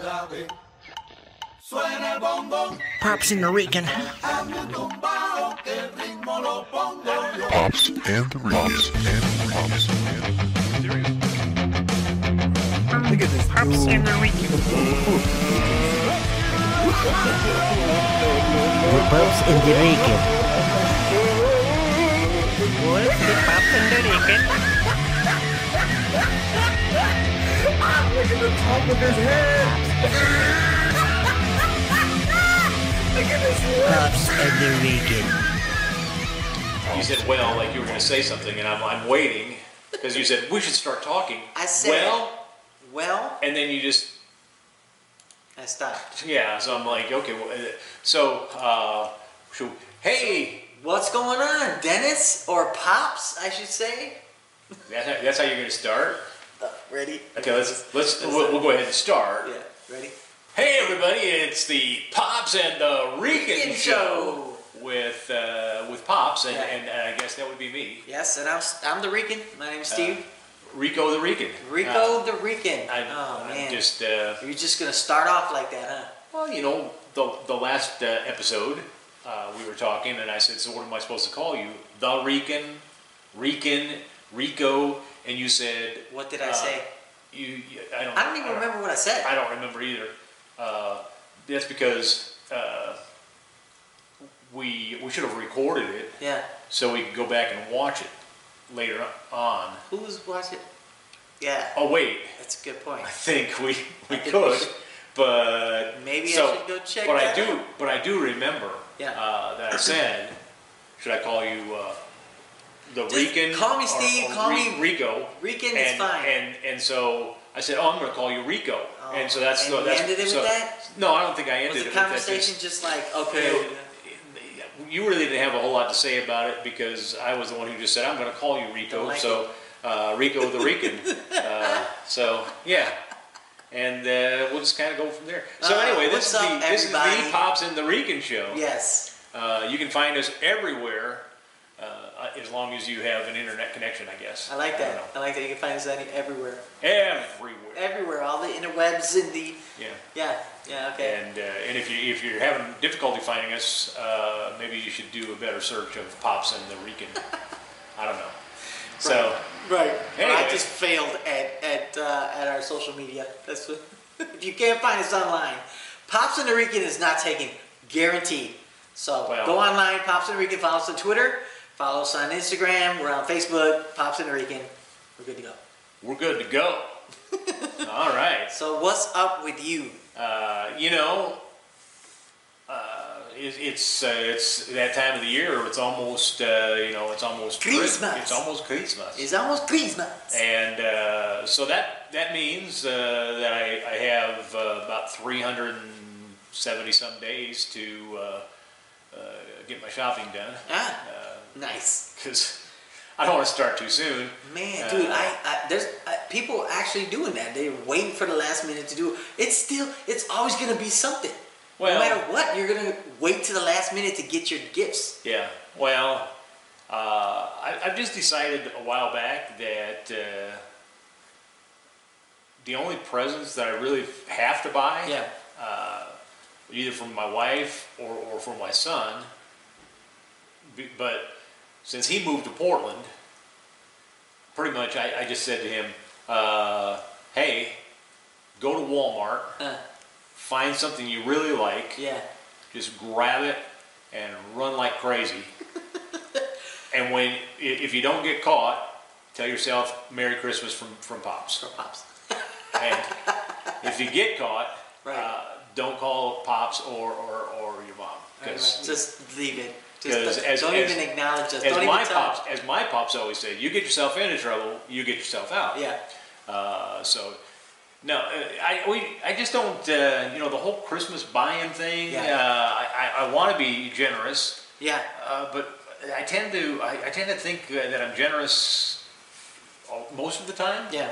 sabe. Suena el bongo, Pop Singer Rican. tumbao, que el ritmo lo pongo yo. Pops and the Reeds. Pops and Look at this. Pop Singer Rican. The Pops and the Rican. What's the Pop Singer Rican? Pops and the Rican. You said, well, like you were going to say something, and I'm, I'm waiting because you said, we should start talking. I said- well, Well, and then you just, I stopped. yeah, so I'm like, okay, well, uh, so, uh, so, hey, What's going on, Dennis or Pops? I should say. that's how, that's how you're going to start? Uh, ready? Okay, let's, let's, we'll, we'll go ahead and start. Yeah, ready. Hey, everybody, it's the Pops and the Regan Regan Show with, uh, with Pops, and, Yeah. and uh, I guess that would be me, Yes, and I'm I'm the Rican. My name's Steve. Rico the Regan. Rico Uh, the Rican. I'm, oh I'm man, just, uh, you're just gonna start off like that, huh? Well, you know, the, the last uh, episode, uh, we were talking, and I said, So, what am I supposed to call you? The Rican, Rican, Rico, and you said, What did I Uh, say? you, you- I don't I don't even remember what I said. I don't remember either. Uh, that's because uh, we, we should have recorded it yeah. so we could go back and watch it later on. Who was watching? Yeah, Oh, wait, that's a good point. I think we, we I think we could, should- but Maybe I so, should go check But that I do, but I do remember Yeah. uh, that I said, should I call you uh, the Just Rican? call me or- Steve, or call Re- me- Rico. Rican and, is fine. And and so I said, oh, I'm going to call you Rico. Oh, and so that's and so you that's ended it with so- that? No, I don't think I ended was it the with that. conversation Just- just like okay? you really didn't have a whole lot to say about it because I was the one who just said, I'm going to call you Rico. Don't like so, uh, Rico the Rican. uh, so, yeah. And uh, we'll just kind of go from there. So, Uh, anyway, this what's is, up, the, this is the everybody? Pops and the Rican show. Yes. Uh, you can find us everywhere uh, as long as you have an internet connection, I guess. I like don't that. Eh. I, like that. You can find us any, everywhere, know. Everywhere. everywhere. All the interwebs and the yeah. yeah, yeah. Okay. And, uh, and if, you, if you're having difficulty finding us, uh, maybe you should do a better search of Pops and the Rican. I don't know. So, Right. Anyway. I just failed at at uh, at our social media. That's what, if you can't find us online, Pops and the Rican is not taken, guaranteed. So Well- go online, Pops and the Rican. Follow us on Twitter. Follow us on Instagram. We're on Facebook. Pops and the Rican. We're good to go. we're good to go. All right. So what's up with you? Uh, you know, uh, it, it's uh, it's that time of the year. It's almost uh, you know it's almost Chri- Christmas. It's almost Christmas. It's almost Christmas. and uh, so that that means uh, that I, I have uh, about 370 some days to uh, uh, get my shopping done Ah, Uh, nice. because I don't want to start too soon. Man, Uh, dude, I, I there's uh, people actually doing that. They're waiting for the last minute to do. it. It's still, it's always gonna be something. Well- no matter what, you're gonna wait to the last minute to get your gifts. Yeah. Well, uh, I, I've just decided a while back that uh, the only presents that I really have to buy, Yeah. uh, either from my wife or, or from my son. B- But since he moved to Portland, pretty much I, I just said to him, uh, "Hey, go to Walmart, Uh, find something you really like." yeah. just grab it and run like crazy. and when i- if you don't get caught, tell yourself Merry Christmas from from Pops. For pops. And if you get caught, Right. uh, don't call Pops or or, or your mom because. Just leave it. 'Cause Just as- don't as- even acknowledge us. As don't my even tell. pops, as my pops always said, you get yourself into trouble, you get yourself out. Yeah. Uh, so, no, uh, I we, I just don't. Uh, you know, the whole Christmas buying thing. Yeah. Uh, I, I, I want to be generous, Yeah. uh, but I tend to I, I tend to think uh, that I'm generous all- most of the time. Yeah.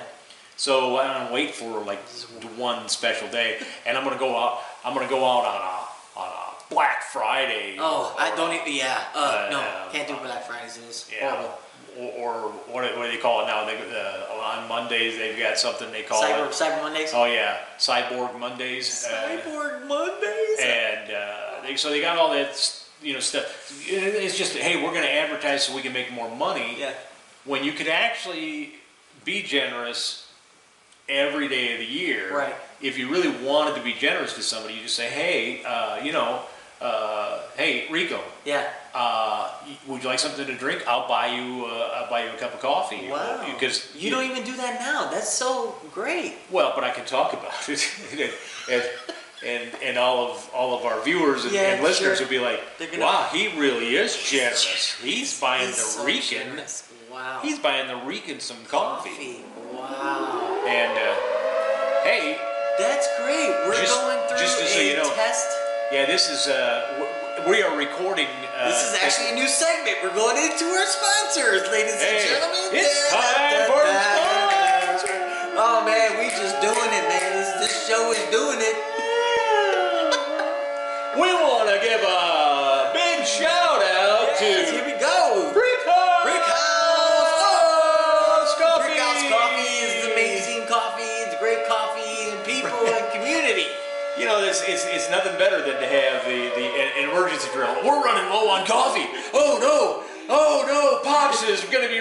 So I don't wait for like the one special day, and I'm gonna go out. I'm gonna go out on a on a Black Friday. Oh, I or- don't even. Yeah. Uh, Uh, no, um, can't do Black Fridays. It is Yeah. horrible. or, or what, do- what do they call it now? They, uh, on Mondays they've got something they call Cyber, it. Cyber Mondays. Oh yeah, Cyborg Mondays. uh, Cyborg Mondays. and uh, they, so they got all that s- you know stuff. It- It's just hey, we're going to advertise so we can make more money. yeah. When you could actually be generous every day of the year, Right. If you really wanted to be generous to somebody, you just say, hey, uh, you know, uh, hey Rico, Yeah. uh, would you like something to drink? I'll buy you. Uh, I'll buy you a cup of coffee. Wow. Because you don't e- even do that now. That's so great. well, but I can talk about it, and, and and all of all of our viewers and, Yeah, and listeners sure. will be like, They're gonna- "Wow, he really is generous. He's buying He's the so Rican. generous. Wow. He's buying the Rican some coffee." Wow. And uh, hey, That's great. We're Just- going through just a so you know, test. yeah, this is uh, w- we are recording. Uh, This is actually a new segment. We're going into our sponsors, ladies Hey, and gentlemen. it's Da, da, time da, for da, da. Oh man, we just doing it, man. This, this show is doing it. we want to give a big shout out Yes, to here we go. Brick House. Brick House Coffee. Brick House Coffee is amazing coffee. It's great coffee and people and community. You know, it's, it's, it's nothing better than to have the, the an emergency drill. We're running low on coffee. Oh no! Oh no! Pops is going to be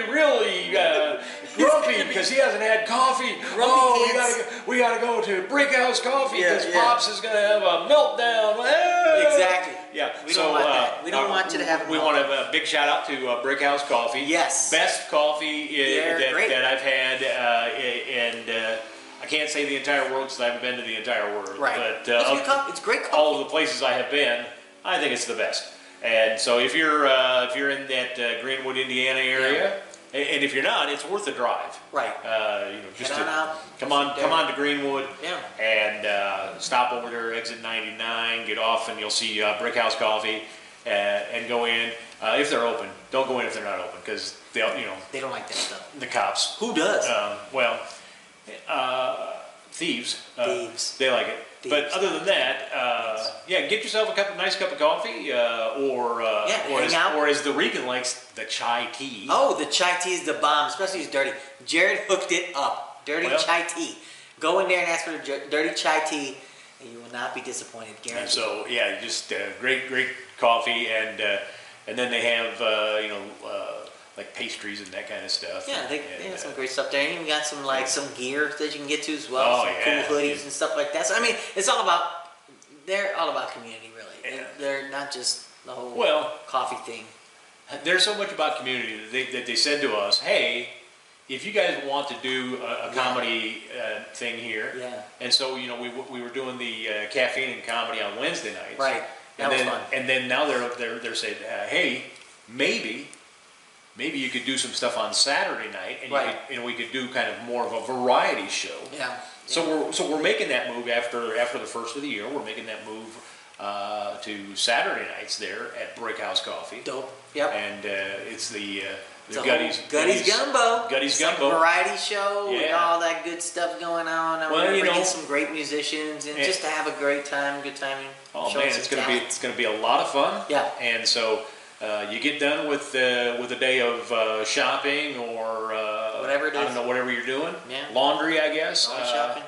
really uh, grumpy because he hasn't had coffee. oh, we kids. gotta go, we gotta go to Brickhouse Coffee Yeah, because yeah. Pops is going to have a meltdown. Ah! Exactly. Yeah. We so, don't want uh, that. We don't uh, want you to have a We want to have a big shout out to uh, Brickhouse Coffee. Yes. Best coffee i- They're that, great. that I've had, uh, i- and uh, I can't say the entire world because I haven't been to the entire world. Right. But it's, uh, good of coffee. it's great coffee. all of the places I have been, I think it's the best. And so if you're uh, if you're in that uh, Greenwood, Indiana area, a- and if you're not, it's worth a drive. Right. Uh, you know, just Head to- on out. come on, come on to Greenwood, Yeah. and uh, stop over there, exit 99, get off, and you'll see uh, Brickhouse Coffee, uh, and go in uh, if they're open. Don't go in if they're not open because they'll you know They don't like that stuff. the cops. Who does? Um, well, uh, thieves. Uh, Thieves. They like it. But Thieves. other than that, uh, yeah, get yourself a cup of nice cup of coffee, uh, or uh, Yeah, or, hang as, out. or as the Regan likes, the chai tea. Oh, the chai tea is the bomb, especially if it's dirty. Jared hooked it up. Dirty Well. chai tea. Go in there and ask for the jer- dirty chai tea, and you will not be disappointed. And Guaranteed. so yeah, just uh, great, great coffee, and uh, and then they have uh, you know uh, like pastries and that kind of stuff. yeah, they, And, they have some uh, great stuff there. And even got some like some gear that you can get to as Oh, well. some yeah. cool hoodies and stuff like that. So I mean, it's all about. They're all about community, really. Yeah. They're, they're not just the whole Well- coffee thing. There's so much about community that they, that they said to us, hey, if you guys want to do a, a comedy uh, thing here, Yeah. and so you know we, w- we were doing the uh, caffeine and comedy on Wednesday nights, Right. That and was then fun. and then now they're they're they're saying, uh, hey, maybe. Maybe you could do some stuff on Saturday night, and, Right. you could, and we could do kind of more of a variety show. Yeah. So we're so we're making that move after after the first of the year. We're making that move uh, to Saturday nights there at Brickhouse Coffee. dope. Yep. And uh, it's the, uh, It's the a Gutties. whole Gutties Gumbo. Gutties It's like a Gumbo. variety show with Yeah. all that good stuff going on. And Well, we're you bringing know- some great musicians and Yeah. just to have a great time, good timing. Oh showing man, some it's gonna be talent. it's gonna be a lot of fun. Yeah. And so uh, you get done with uh, with a day of uh, shopping or uh, Whatever it I is. don't know whatever you're doing. Yeah. Laundry, I guess. Laundry uh, shopping.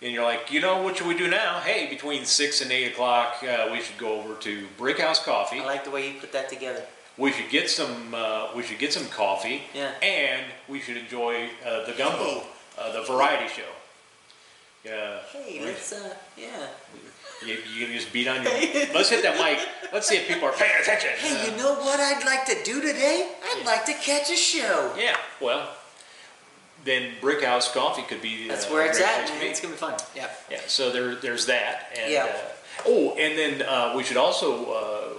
And you're like, you know, what should we do now? Hey, between six and eight o'clock, uh, we should go over to Brickhouse Coffee. I like the way you put that together. we should get some uh, we should get some coffee Yeah. and we should enjoy uh, the gumbo Hey. uh, the variety show yeah Hey, We- let's uh, yeah. you, you can just beat on your let's hit that mic let's see if people are paying attention Hey, you know what I'd like to do today? I'd like to catch a show. yeah well then brickhouse coffee could be That's uh, where a it's great at, place to man. be. It's gonna be fun. Yeah. Yeah, so there, there's that. And, Yeah. Uh, oh, and then uh, we should also,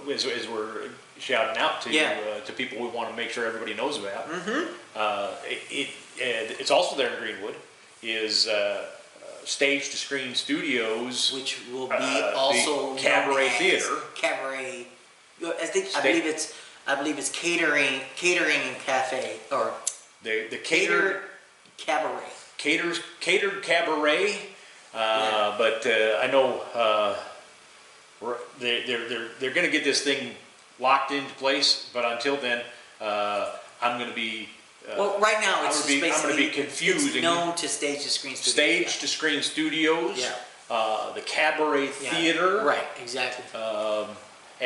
uh, as, as we're shouting out to Yeah. uh, to people, we want to make sure everybody knows about. Mm-hmm. Uh, it, it and it's also there in Greenwood. Is uh, uh, Stage to Screen Studios. Which will be Uh, the also known cabaret as theater. Cabaret. I think I State- believe it's I believe it's catering catering and cafe or the the catered catered cabaret. caters catered cabaret. Uh, Yeah. But uh, I know uh, we're, they're they're they're, they're going to get this thing locked into place. But until then, uh, I'm going to be Well, right now it's I'm gonna be- just I'm gonna be basically- confused It's and- known to stage the screen studio. Stage to Screen Studios, Yeah. uh, the Cabaret Yeah. Theater. Uh, Right. Exactly.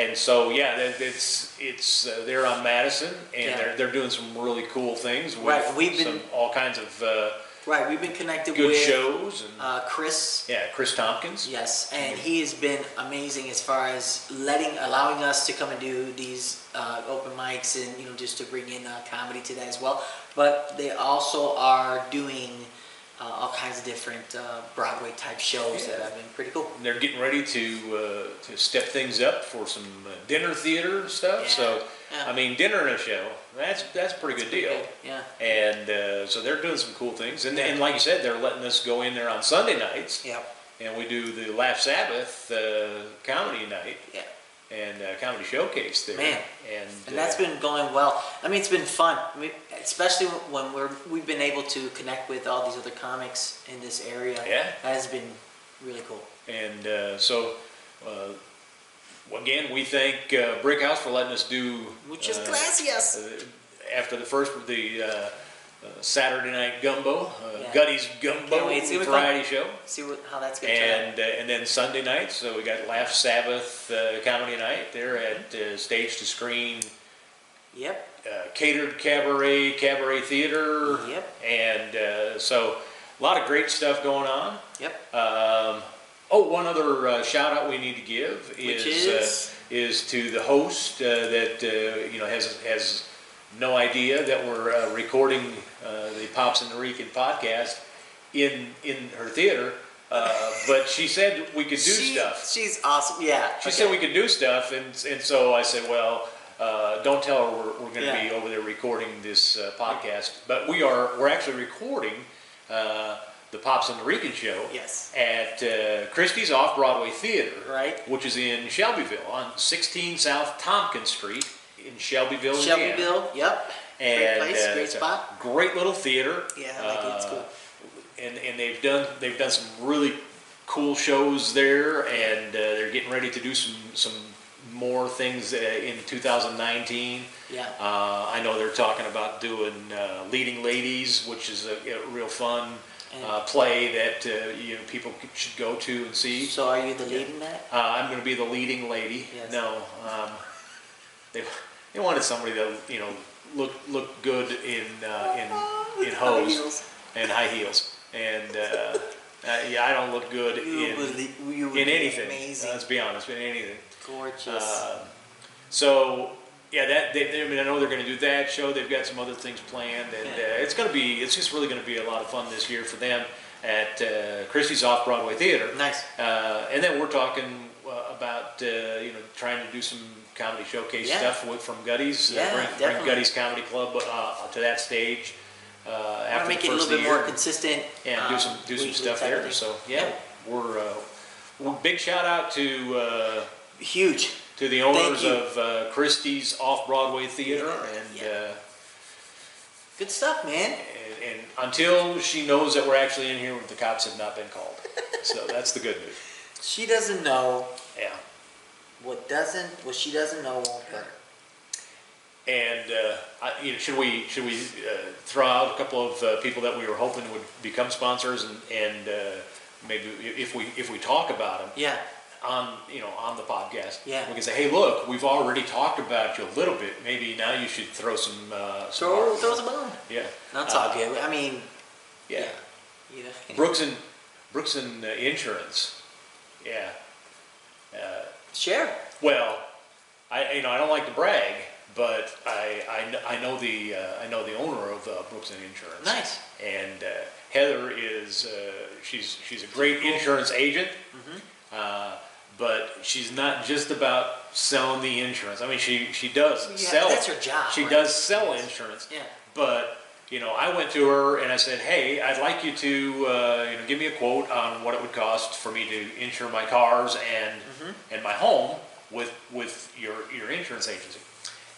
And so, yeah, that- it's, it's, uh, they're on Madison Yeah. and they're, they're doing some really cool things Right, we've with been- some, all kinds of, uh, right. We've been connected good with shows and, Uh, Chris. yeah, Chris Tompkins. Yes, and Mm-hmm. he has been amazing as far as letting, allowing us to come and do these uh, open mics and you know just to bring in uh, comedy to that as well. But they also are doing uh, all kinds of different uh, Broadway type shows that have been pretty cool. And They're getting ready to, uh, to step things up for some uh, dinner theater and stuff, so, Yeah. Oh. I mean, dinner and a show, that's, that's a pretty good deal. Yeah. And, uh, so they're doing some cool things, and, and like you said, they're letting us go in there on Sunday nights, Yeah. and we do the Last Sabbath, uh, comedy night, Yeah. and uh, comedy showcase there. Man. and, And that's uh, been going well. I mean, it's been fun, I mean, especially when we're we've been able to connect with all these other comics in this area. Yeah. That has been really cool. and uh, so uh, again, we thank uh, Brick House for letting us do. Muchas uh, gracias. uh, after the first the uh, uh, Saturday night gumbo, uh, Yeah. Gutty's gumbo Can't wait, it's gonna be fun. variety show, See what, how that's going to turn out. and uh, and then Sunday night. So we got Laugh Sabbath uh, comedy night there at uh, Stage to Screen. Yep. uh, catered cabaret, cabaret theater. Yep. And uh, so a lot of great stuff going on. Yep. Um, oh, one other uh, shout out we need to give Which is is? Uh, is to the host uh, that uh, you know has has no idea that we're uh, recording uh, the Pops and the Rican podcast in in her theater. Uh, but she said we could do She- stuff. She's awesome. Yeah. She said we could do stuff, and, and so I said, well, uh, don't tell her we're, we're going to be Yeah. over there recording this uh, podcast, but we are. We're actually recording uh, the Pops and the Rican show. Yes. At uh, Christie's Off Broadway Theater. Right. Which is in Shelbyville on 16 South Tompkins Street in Shelbyville, Indiana. Shelbyville. Yep. Oh, great And uh, place. great it's a spot. Great little theater. Yeah, I like it. It's Uh, cool. and, and they've done they've done some really cool shows there, and uh, they're getting ready to do some some more things uh, in 2019. Yeah. Uh, I know they're talking about doing uh, Leading Ladies, which is a, a real fun uh, And- play that uh, you know people c- should go to and see. So are you the lead in that? Uh, I'm going to be the leading lady. Yes. No, um, they, they wanted somebody that you know looked looked good in uh, in in high hose heels. and high heels, and uh, uh, yeah, I don't look good You in would, le- you would in be anything. Uh, Amazing. Let's be honest, in anything. Gorgeous. Um, so yeah, that they, they, I mean, I know they're going to do that show. They've got some other things planned, and uh, it's going to be it's just really going to be a lot of fun this year for them at uh, Christie's Off Broadway Theater. Nice. Uh, and then we're talking uh, about uh, you know trying to do some comedy showcase Yeah. stuff with, from uh, Gutty's. Yeah, bring, bring definitely. Gutty's Comedy Club uh, to that stage. Uh, Wanna after make the it a first little of the bit more year. consistent. Yeah, do um, some do some weekly stuff type of there. thing. So yeah, we're uh, well, big shout out to uh, Huge. to the owners you. of uh, Christie's Off Broadway Theater, Yeah, and, yeah. Uh, Good stuff, man. and and until she knows that we're actually in here, the cops have not been called. so that's the good news. She doesn't know Yeah. what doesn't what she doesn't know won't hurt. her. And uh, I, you know, should we should we uh, throw out a couple of uh, people that we were hoping would become sponsors, and and uh, maybe if we if we talk about them Yeah. on you know on the podcast, Yeah. we can say, hey, look, we've already talked about you a little bit. Maybe now you should throw some. Uh, some Throw articles." throw us a bone. Yeah. That's Uh, all good. I mean, Yeah. you know, Brooks and Brooks and uh, Insurance. Yeah. Uh, share. well, I you know I don't like to brag, but I I, kn- I know the uh, I know the owner of uh, Brooks and Insurance. Nice. And uh, Heather is uh, she's she's a great insurance agent. Mm-hmm. Uh, but she's not just about selling the insurance. I mean, she she does Yeah, sell. that's her job, She right? does sell insurance. Yeah. But you know, I went to her and I said, "Hey, I'd like you to uh, you know give me a quote on what it would cost for me to insure my cars and and my home with with your your insurance agency."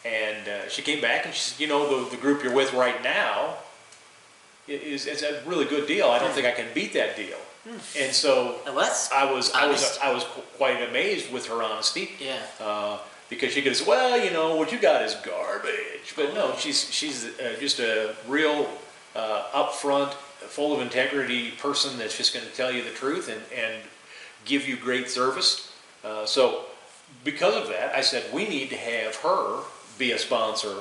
And uh, she came back and she said, "You know, the the group you're with right now i- is is a really good deal. I don't think I can beat that deal." And so Now, What's I was I was Honest. I was qu- quite amazed with her honesty. Yeah. Uh, because she goes, well, you know, what you got is garbage. bitch. But no, she's she's uh, just a real uh, upfront, full of integrity person that's just going to tell you the truth and and give you great service. Uh, so because of that, I said we need to have her be a sponsor.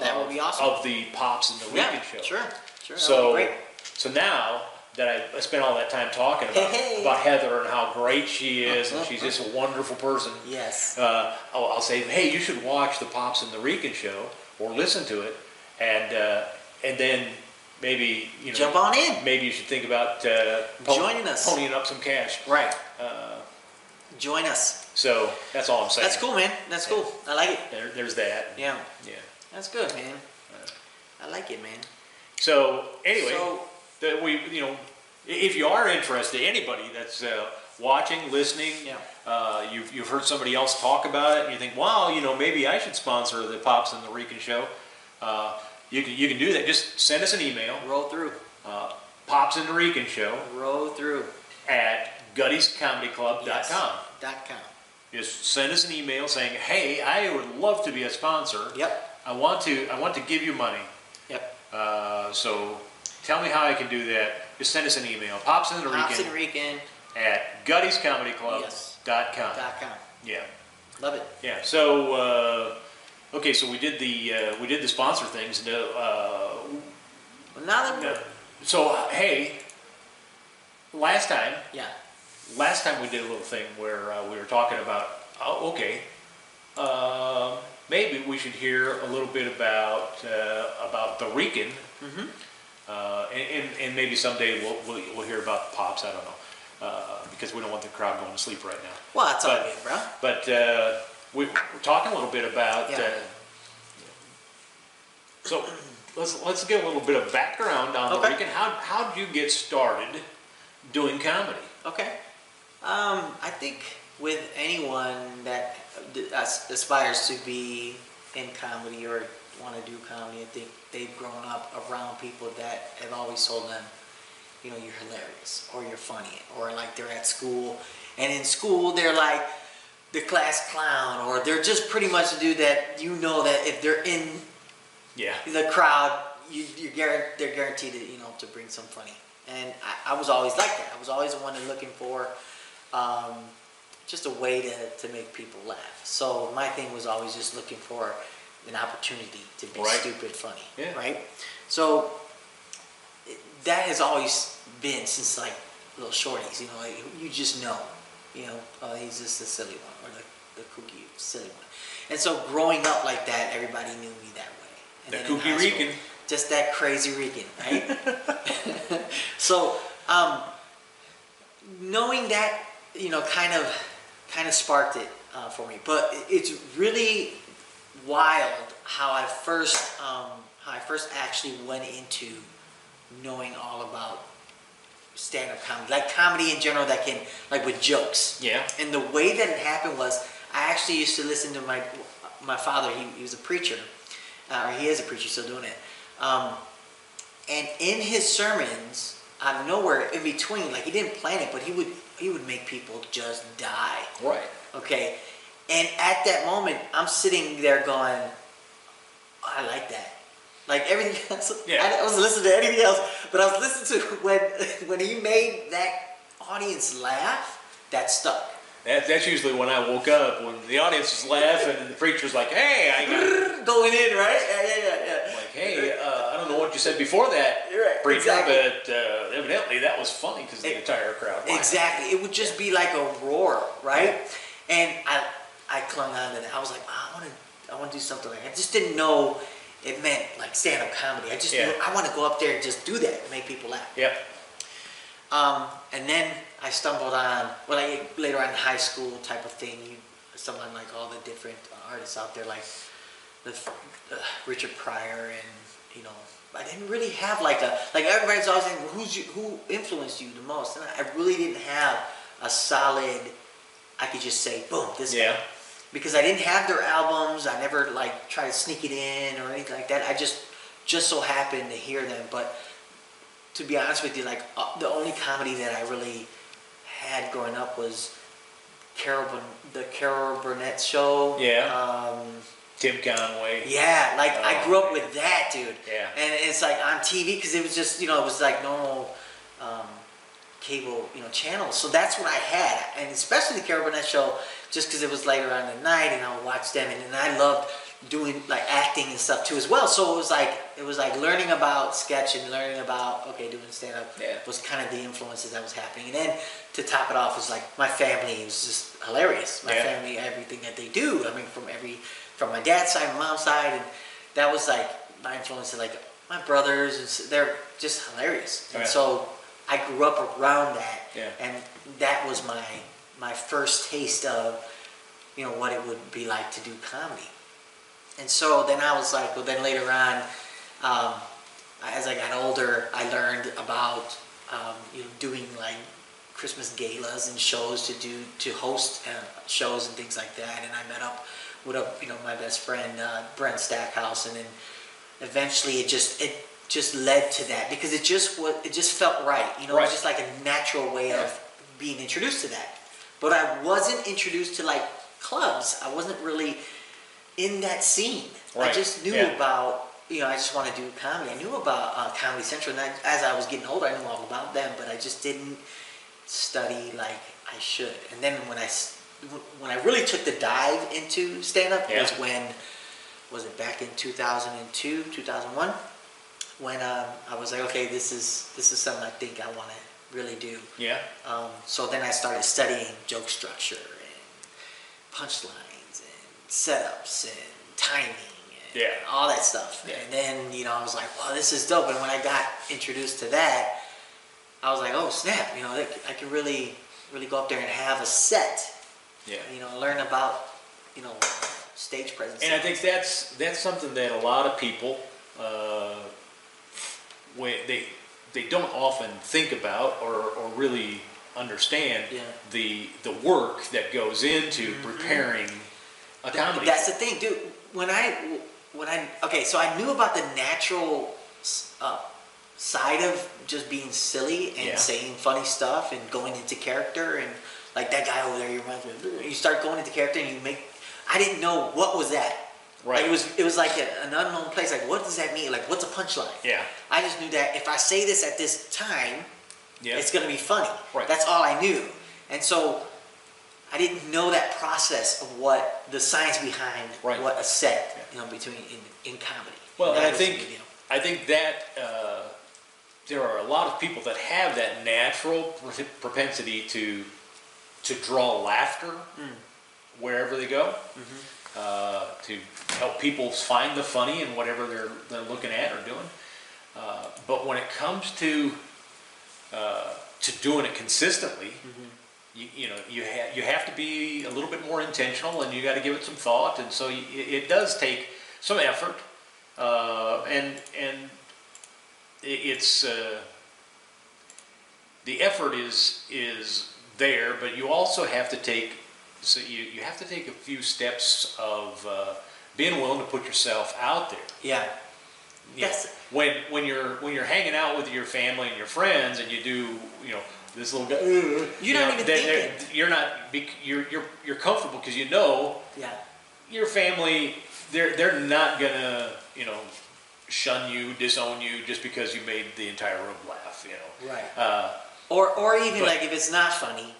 That would of- be awesome. Of the pops and the Yeah, weekend oh, show. sure, sure. that would be So, great. so now that I, I spent all that time talking about, Hey. Uh-huh, about Heather and how great she is, and she's just a wonderful person, Yes. uh, I'll, I'll say, hey, you should watch the Pops and the Rican show or listen to it, and uh, and then maybe you know Jump on in. Maybe you should think about uh, Joining us. ponying up some cash. Right. Uh, Join us. So that's all I'm saying. That's cool, man. That's cool. I like it. There, there's that. Yeah. Yeah. That's good, man. I like it, man. So anyway, So- that we you know, i- if you are interested, anybody that's uh, watching, listening, Yeah. uh, you've you've heard somebody else talk about it, and you think, wow, you know, maybe I should sponsor the Pops and the Rican show. Uh, you can you can do that. Just send us an email, Roll through. uh, Pops and the Rican show Roll through. at guttiescomedyclub.com. Oh, Dot com. Just send us an email saying, hey, I would love to be a sponsor. Yep. I want to I want to give you money. Yep. Uh, so tell me how I can do that. Just send us an email, pops in the Pops weekend and Rican. at guttiescomedyclub.com. Yes. com. Dot com. Yeah, Love it. yeah. So uh, okay, so we did the uh, we did the sponsor things. No, uh, Well, now that we're, no. So uh, hey, last time yeah. last time we did a little thing where uh, we were talking about oh, okay, uh, maybe we should hear a little bit about uh, about the Rican, Mm-hmm. uh, and, and, and maybe someday we'll, we'll we'll hear about the pops. I don't know uh, because we don't want the crowd going to sleep right now. Well, that's all But- good, bro. But uh, we, we're talking a little bit about. Uh, Yeah. so let's let's get a little bit of background on Okay. the Rican. How how did you get started doing comedy? Okay. Um, I think with anyone that as- aspires to be in comedy or want to do comedy, I think they've grown up around people that have always told them, you know, you're hilarious or you're funny or like they're at school and in school they're like the class clown or they're just pretty much the dude that you know that if they're in Yeah. the crowd, you, you're guaran- they're guaranteed to, you know, to bring some funny. And I, I was always like that. I was always the one that looking for um, just a way to, to make people laugh. So my thing was always just looking for an opportunity to be Right. stupid funny, Yeah. right? So it- that has always been since like little shorties, you know, like, you just know, you know, oh, he's just a silly one or the, the kooky silly one. And so growing up like that, everybody knew me that way. And The then in kooky high school, Rican. Just that crazy Rican, right? so um, knowing that, you know, kind of, kind of sparked it uh, for me. But it- it's really wild how I first, um, how I first actually went into knowing all about stand-up comedy, like comedy in general that can, like with jokes. Yeah. And the way that it happened was, I actually used to listen to my my father. He, he was a preacher, uh, or he is a preacher, still doing it. Um, and in his sermons, out of nowhere, in between, like he didn't plan it, but he would he would make people just die. Right. Okay. And at that moment, I'm sitting there going, "Oh, I like that. Like everything else, Yeah. I, I was listening to anything else, but I was listening to when when he made that audience laugh. That stuck. That, that's usually when I woke up, when the audience is laughing and the preacher's like, hey, I got it." Going in, right? Yeah, yeah, yeah, yeah. Like, hey, uh, I don't know what you said before that, You're right, preacher, exactly. but uh, evidently that was funny because the It- entire crowd laughed. Exactly. It would just be like a roar, right? And I I clung on to that. I was like, "Ah, I want to I want to do something like that. I just didn't know it meant like stand up comedy. I just Yeah. knew, I want to go up there and just do that, and make people laugh. Yep. Um, and then I stumbled on well, like later on in high school type of thing. You stumble on like all the different artists out there, like the uh, Richard Pryor and you know. I didn't really have like a like everybody's always saying who's you, who influenced you the most, and I really didn't have a solid. I could just say boom, this guy. Yeah. because I didn't have their albums. I never like tried to sneak it in or anything like that. I just just so happened to hear them, but to be honest with you, like uh, the only comedy that I really had growing up was Carol Bur- the Carol Burnett show. Yeah. Um, Tim Conway. Yeah, like I Oh, grew up man. with that, dude. Yeah. And it's like on TV because it was just you know it was like normal um, cable you know channels. So that's what I had, and especially the Carol Burnett show, just because it was later on in the night, and I would watch them, and, and I loved doing like acting and stuff too as well. So it was like it was like learning about sketch and learning about okay doing stand up Yeah. was kind of the influences that was happening. And then to top it off was like my family was just hilarious. My Yeah. family family, everything that they do. I mean, from every, from my dad's side, my mom's side, and that was like my influence. Like my brothers, and s- they're just hilarious. And Yeah. so I grew up around that, Yeah. and that was my my first taste of, you know, what it would be like to do comedy. And so then I was like, well, then later on, um, as I got older, I learned about um, you know doing like Christmas galas and shows to do to host uh, shows and things like that. And I met up with a you know my best friend uh, Brent Stackhouse, and then eventually it just it just led to that because it just was it just felt right. You know, it Right. was just like a natural way Yeah. of being introduced to that. But I wasn't introduced to like clubs. I wasn't really in that scene. I Right, just knew yeah. about you know I just want to do comedy. I knew about uh, Comedy Central, and I, as I was getting older, I knew all about them, but I just didn't study like I should. And then when I s- when I really took the dive into stand up Yeah. was when was it back in 2002, 2001 when um, I was like okay this is this is something I think I want to really do. Yeah. Um, so then I started studying joke structure and punchlines and setups and timing and Yeah. all that stuff. Yeah. And then, you know, I was like, wow, this is dope. And when I got introduced to that, I was like, oh, snap, you know, I c- I can really, really go up there and have a set, Yeah. you know, learn about, you know, stage presence. And I think that's that's something that a lot of people uh, when they they don't often think about or, or really understand Yeah. Mm-hmm. the the work that goes into preparing a comedy. That's the thing, dude. When I when I okay, so I knew about the natural uh, side of just being silly and Yeah. saying funny stuff and going into character and like that guy over there, you reminds me. of- You start going into character and you make. I didn't know what was that. Like Right. it was it was like a, an unknown place. Like what does that mean? Like what's a punchline? Yeah. I just knew that if I say this at this time, yeah. it's going to be funny. Right. That's all I knew. And so I didn't know that process of what the science behind Right. what a set, Yeah. you know, between in, in comedy. Well, That and I was, think you know, I think that uh, there are a lot of people that have that natural pro- propensity to to draw laughter wherever they go, uh, to help people find the funny in whatever they're they're looking at or doing. Uh, but when it comes to uh, to doing it consistently. You, you know, you have you have to be a little bit more intentional, and you got to give it some thought, and so y it, it does take some effort uh, and and i- it's uh, the effort is is there, but you also have to take so you, you have to take a few steps of uh, being willing to put yourself out there. Yeah. You know, Yes. when when you're when you're hanging out with your family and your friends, and you do you know this little guy, Mm-hmm. you You're not even they're- they're- You're not. bec- You're you're you're comfortable because you know Yeah. your family they're they're not gonna you know shun you disown you just because you made the entire room laugh you know Right. uh, Or or even But- like if it's not funny,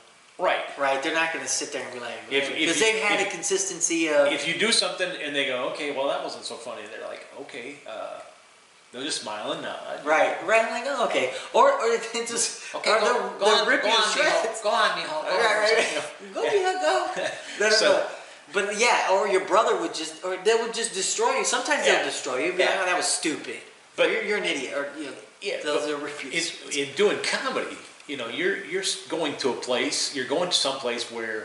right right? They're not going to sit there and be like If- if because you- they've had if- a consistency of if you do something and they go okay well that wasn't so funny they're like okay uh, they'll just smile and nod right, right. I'm like, oh, okay. Or or if it's just okay or go, they're, go they're on, ripping go the on, shreds. Mijo, go on Mijo, go Right, on," right, you know. right. Go, Mia, go. No, no, Oh, So- no. But yeah, or your brother would just, or they would just destroy you. Sometimes Yeah. they'll destroy you. Yeah, Yeah. "Oh, that was stupid. But But- you're, you're an idiot, or you know, Yeah, those but are reviews. it's- in doing comedy, you know, you're you're s- going to a place, you're going to some place where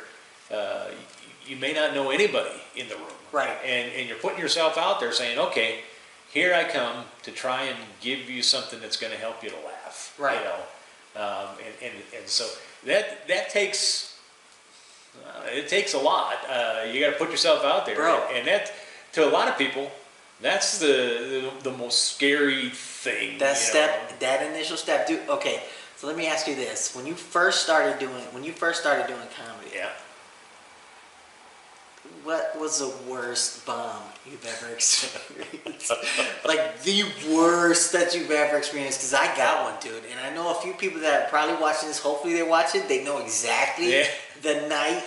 uh, y- you may not know anybody in the room, Right. And and you're putting yourself out there, saying, okay, here I come to try and give you something that's going to help you to laugh, Right. You know, um, and, and and so that that takes. Uh, it takes a lot. Uh, you got to put yourself out there, Bro. and that to a lot of people, that's the the, the most scary thing. That you know. step, that initial step. Do okay. So let me ask you this: When you first started doing, when you first started doing comedy, Yeah. What was the worst bomb you've ever experienced? like the worst that you've ever experienced? Because I got one, dude, and I know a few people that are probably watching this. Hopefully, they're watching. They know exactly Yeah. the night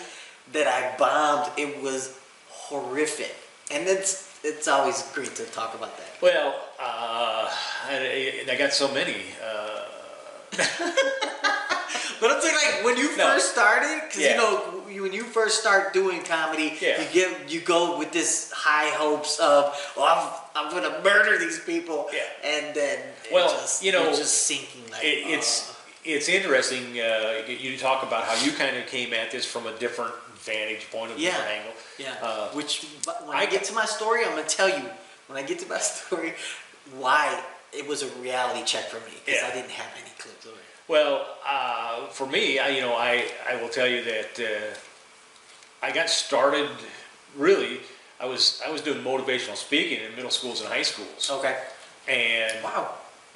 that I bombed. It was horrific, and it's it's always great to talk about that. Well, uh, and, and I got so many. Uh, But I'm saying, like, when you No. first started, because Yeah. you know, you- when you first start doing comedy, Yeah. you give you go with this high hopes of, oh, I'm, I'm gonna murder these people, Yeah. and then it Well, just, you know, you're just sinking. Like, it, it's oh. it's interesting. Uh, you- you talk about how you kind of came at this from a different vantage point, a Yeah. different angle. yeah. Uh, Which but when I, I get got- to my story, I'm gonna tell you when I get to my story why it was a reality check for me because Yeah. I didn't have any clips of it. Well, uh, for me, I, you know, I, I will tell you that uh, I got started really. I was I was doing motivational speaking in middle schools and high schools, Okay. and Oh. Wow.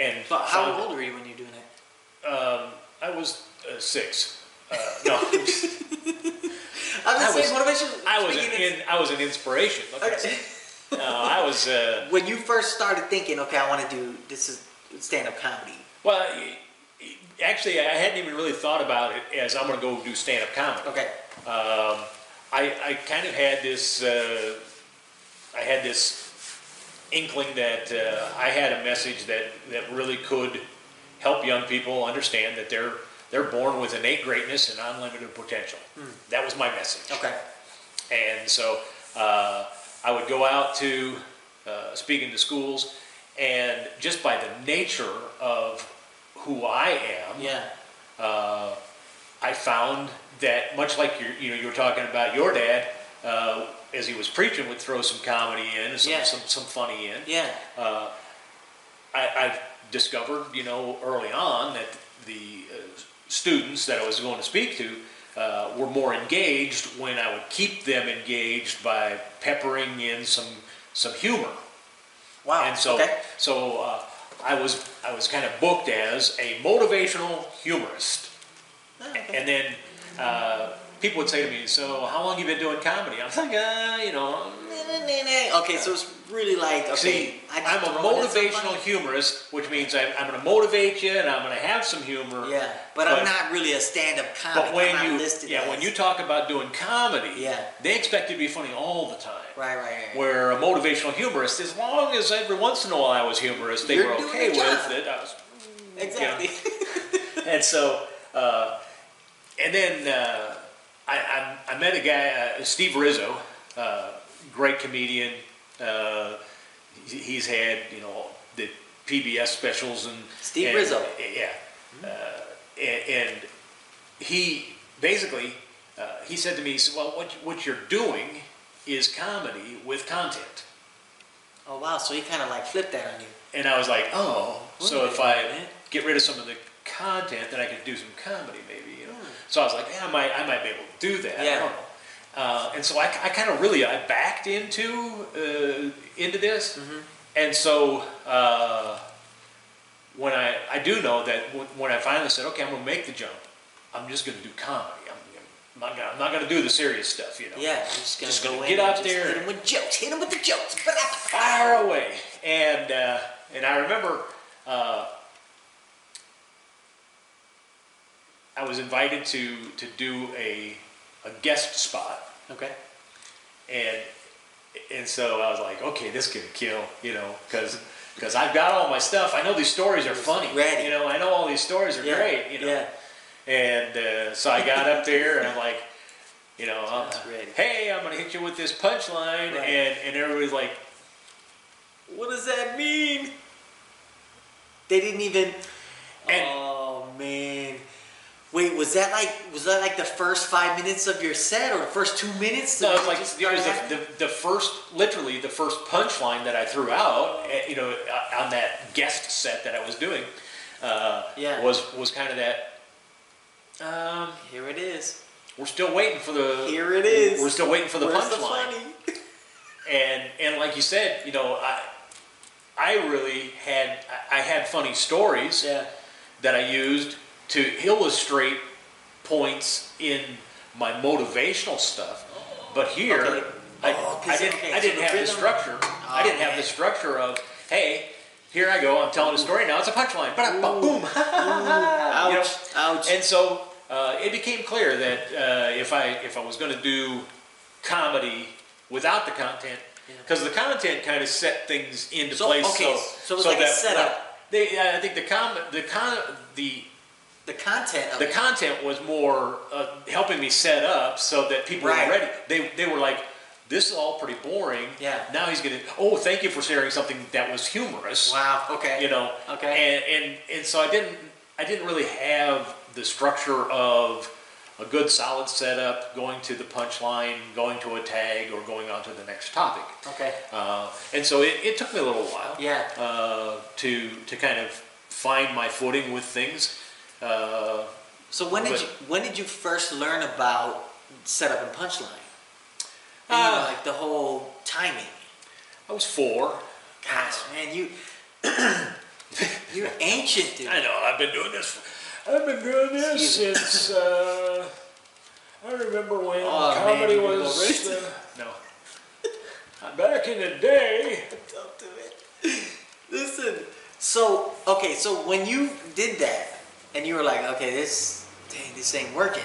and But how found- old were you when you were doing it? Um, I was uh, six. Uh, no, I'm I just was- saying, motivation. I was an speaking in, I was an inspiration. Look, is- I said- no, I was. Uh, when you first started thinking, okay, I want to do this is stand up comedy. well, y- y- actually, I hadn't even really thought about it as I'm going to go do stand up comedy. Okay. um, I, I kind of had this uh, I had this inkling that uh, I had a message that, that really could help young people understand that they're they're born with innate greatness and unlimited potential. That was my message. Hmm. Okay. And so uh, I would go out to uh, speaking to schools, and just by the nature of who I am, Yeah. uh, I found that much like you you know you were talking about your dad uh, as he was preaching would throw some comedy in some Yeah. some, some funny in. Yeah. I, I've discovered you know early on that the uh, students that I was going to speak to. Uh, were more engaged when I would keep them engaged by peppering in some some humor. Wow. And so, Ah, okay. so uh, I was I was kind of booked as a motivational humorist, and then uh, people would say to me, "So, how long you been doing comedy?" I was like, uh, "You know, Okay, so it's really like okay. see, I just I'm a throw it at somebody. motivational humorist, which means I'm, I'm going to motivate you and I'm going to have some humor." Yeah, but, I'm not really a stand up comic. But when I'm not you listed yeah, as- when you talk about doing comedy, Yeah. they expect you to be funny all the time. right, right, right. Where a motivational humorist, as long as every once in a while I was humorous, they You're were doing okay your with job. it. I was exactly. and so, uh, and then uh, I, I, I met a guy, uh, Steve Rizzo, uh, great comedian. Uh, he- he's had you know the PBS specials and Steve and- Rizzo. Hmm. yeah, uh, and, and he basically uh, he said to me, he said, "Well, what what you're doing is comedy with content." oh wow, so he kind of like flipped that on you. And I was like, oh, so Wait a if I minute. get rid of some of the content, then I could do some comedy, maybe. You know. So I was like, yeah, I might, I might be able to do that. I Hmm. Yeah. don't know. Uh, and so I, I kind of really I backed into uh, into this, Mm-hmm. and so uh, when I I do know that when, when I finally said, okay, I'm gonna make the jump, I'm just gonna do comedy. I'm, I'm not gonna I'm not gonna do the serious stuff, you know. Yeah, you're just gonna Just go gonna in get and out just there Hit him and- with jokes. Hit him with the jokes. fire away. And uh, and I remember uh, I was invited to to do a a guest spot, okay. and and so I was like, okay, this could kill, you know, because. Because I've got all my stuff. I know these stories are funny. Ready. You know, I know all these stories are Yeah, great. You know, Yeah. and uh, so I got up there and I'm like, you know, I'm, Sounds great. hey, I'm gonna hit you with this punchline, Right. and and everybody's like, What does that mean? They didn't even. And- oh man! Wait, was that like was that like the first five minutes of your set or the first two minutes? No, that you it's like just it was started the, the, the first, literally the first punchline that I threw out, eh, you know, uh, on that guest set that I was doing, uh, Yeah. was was kind of that. Um, having? Here it is. we're still waiting for the. Here it is. We're still waiting for the Where's punchline, funny? and and like you said, you know, I I really had I I had funny stories Yeah. that I used to illustrate points in my motivational stuff. But here, Okay. I, Oh, 'cause- I didn't, okay, I so didn't the have the rhythm- structure. I didn't have the Okay. structure of, hey, here I go, I'm telling a story now, it's a punchline, but boom. You know? Ouch, ouch. And so uh, it became clear that uh, if I if I was going to do comedy without the content, because the content kind of set things into So, place. okay, so it was like a setup. They, I think the com the con the the content of the it. content was more uh, helping me set up so that people Right. were ready. They, they were like, this is all pretty boring. Yeah. Now he's gonna. Oh, thank you for sharing something that was humorous. wow. Okay. You know. Okay. And and and so I didn't I didn't really have the structure of a good solid setup, going to the punchline, going to a tag, or going on to the next topic. Okay. Uh, and so it, it took me a little while. Yeah. Uh, to to kind of find my footing with things. Uh, So when did But- you when did you first learn about setup and punchline? You know, Uh, like the whole timing. I was four. Gosh, Ah. man, you you're ancient, dude. I know. I've been doing this. For, I've been doing this Excuse since. Uh, I remember when Oh, man, comedy you can go was right uh, no. Back in the day, Don't do it. Listen. So okay, so when you did that and you were like, okay, this dang, this ain't working.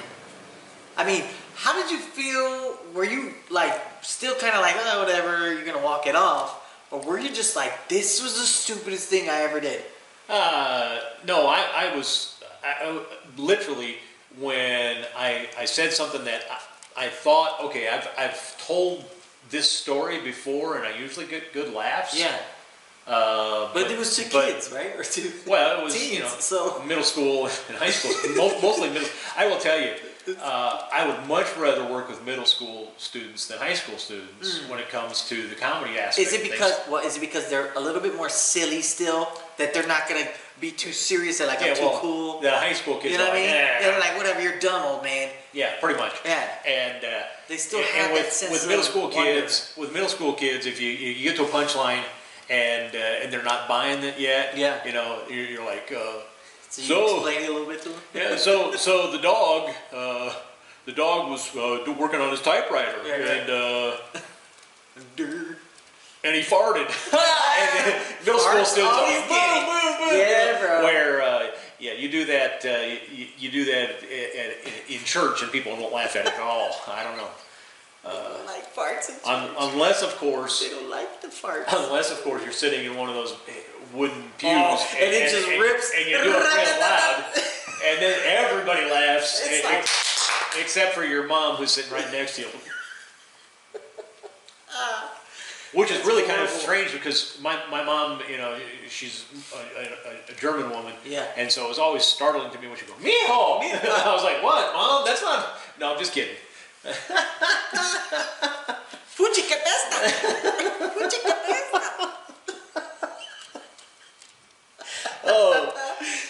I mean, how did you feel? Were you like still kind of like, oh, whatever, you're gonna walk it off, or were you just like, this was the stupidest thing I ever did? uh, no, I, I was I, I- literally when I I said something that I, I thought, okay, I've I've told this story before, and I usually get good laughs. Uh, but, it was to but- kids, right? Or to Well, it was you teens, know so- middle school and high school, Mo- mostly middle. I will tell you, uh, I would much rather work with middle school students than high school students when it comes to the comedy aspect. Mm. Is it of things. because well, is it because they're a little bit more silly still that they're not gonna be too serious? They're like, yeah, I'm too well, cool. the high school kids You know are what I like, mean? "Eh." They're like, whatever, you're done, old man. Yeah, pretty much. Yeah. And uh, They still and- have and with, that sense with middle of school wonder. kids. With middle school kids, if you, you get to a punchline and uh, and they're not buying it yet, Yeah. you know, you're, you're like, uh, So you So- explain it a little bit to them. Yeah, so so the dog, uh, the dog was uh, do- working on his typewriter, Yeah, yeah. and uh, Dude. and he farted. and then middle school Farts? students, Oh, are he's like, getting "Boo, it." boo, boo," you Yeah, know, bro. Where uh, yeah, you do that, uh, you, you do that in, in church, and people don't laugh at it at all. I don't know, People like farts. and Un unless of course, They don't like the farts. unless of course you're sitting in one of those wooden pews, Oh, and it just rips. and you do it real loud, and then everybody laughs, It's and- like- except for your mom who's sitting right next to you. Which is really kind Ah. of horrible. strange because my, my mom, you know, she's a, a, a German woman. Yeah. And so it was always startling to me when she go, Mijo! I was like, what, mom? That's not. No, I'm just kidding. Fuchi cabeza. Fuchi cabeza.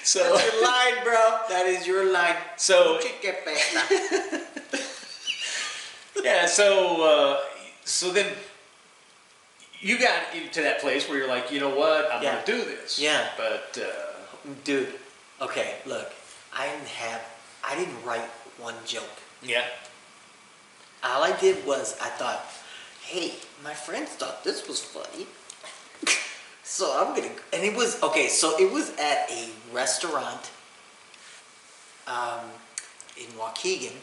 So, That's your line, bro. That is your line. so Fuchi cabeza. yeah, so uh, so then you got to that place where you're like, you know what, I'm Yeah. gonna do this. Yeah. But uh, Dude, okay, look. I didn't have, I didn't write one joke. yeah, All I did was I thought, hey, my friends thought this was funny. so I'm gonna and it was okay, so it was at a restaurant um, in Waukegan.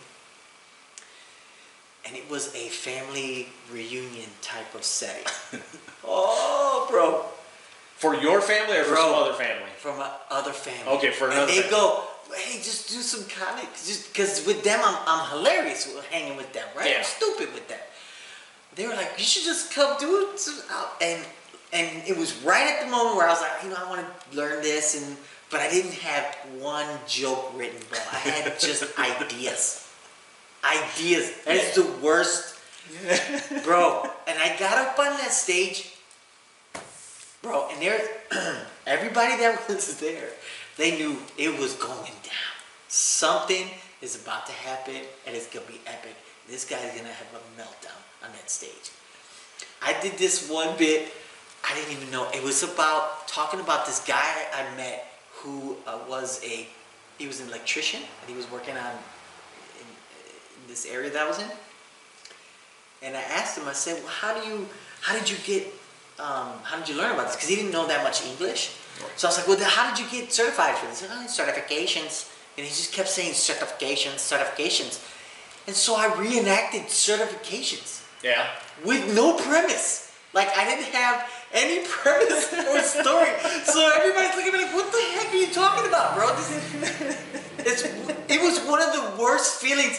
And it was a family reunion type of setting. oh, bro for your family or for Bro. some other family? from a other family. Okay, for another And they family. go, hey, just do some comedy, just because with them I'm, I'm hilarious with hanging with them, right? Yeah. I'm stupid with them. They were like, you should just come do it, some- out." and and it was right at the moment where I was like, you know, I want to learn this, and but I didn't have one joke written, bro. I had just ideas, ideas. That's the worst, bro. And I got up on that stage. Bro, and there, everybody that was there, they knew it was going down. Something is about to happen, and it's gonna be epic. This guy's gonna have a meltdown on that stage. I did this one bit. I didn't even know it was about talking about this guy I met who uh, was a he was an electrician and he was working on in, in this area that I was in And I asked him, I said, well, how do you, how did you get, um, how did you learn about this? Because he didn't know that much English. So I was like, well, then how did you get certified for this? He said, "Oh, certifications. And he just kept saying certifications, certifications. And so I reenacted certifications Yeah. with no premise. Like I didn't have any premise or story. so everybody's looking at me like, "What the heck are you talking about, bro?" This is, it's, it was one of the worst feelings,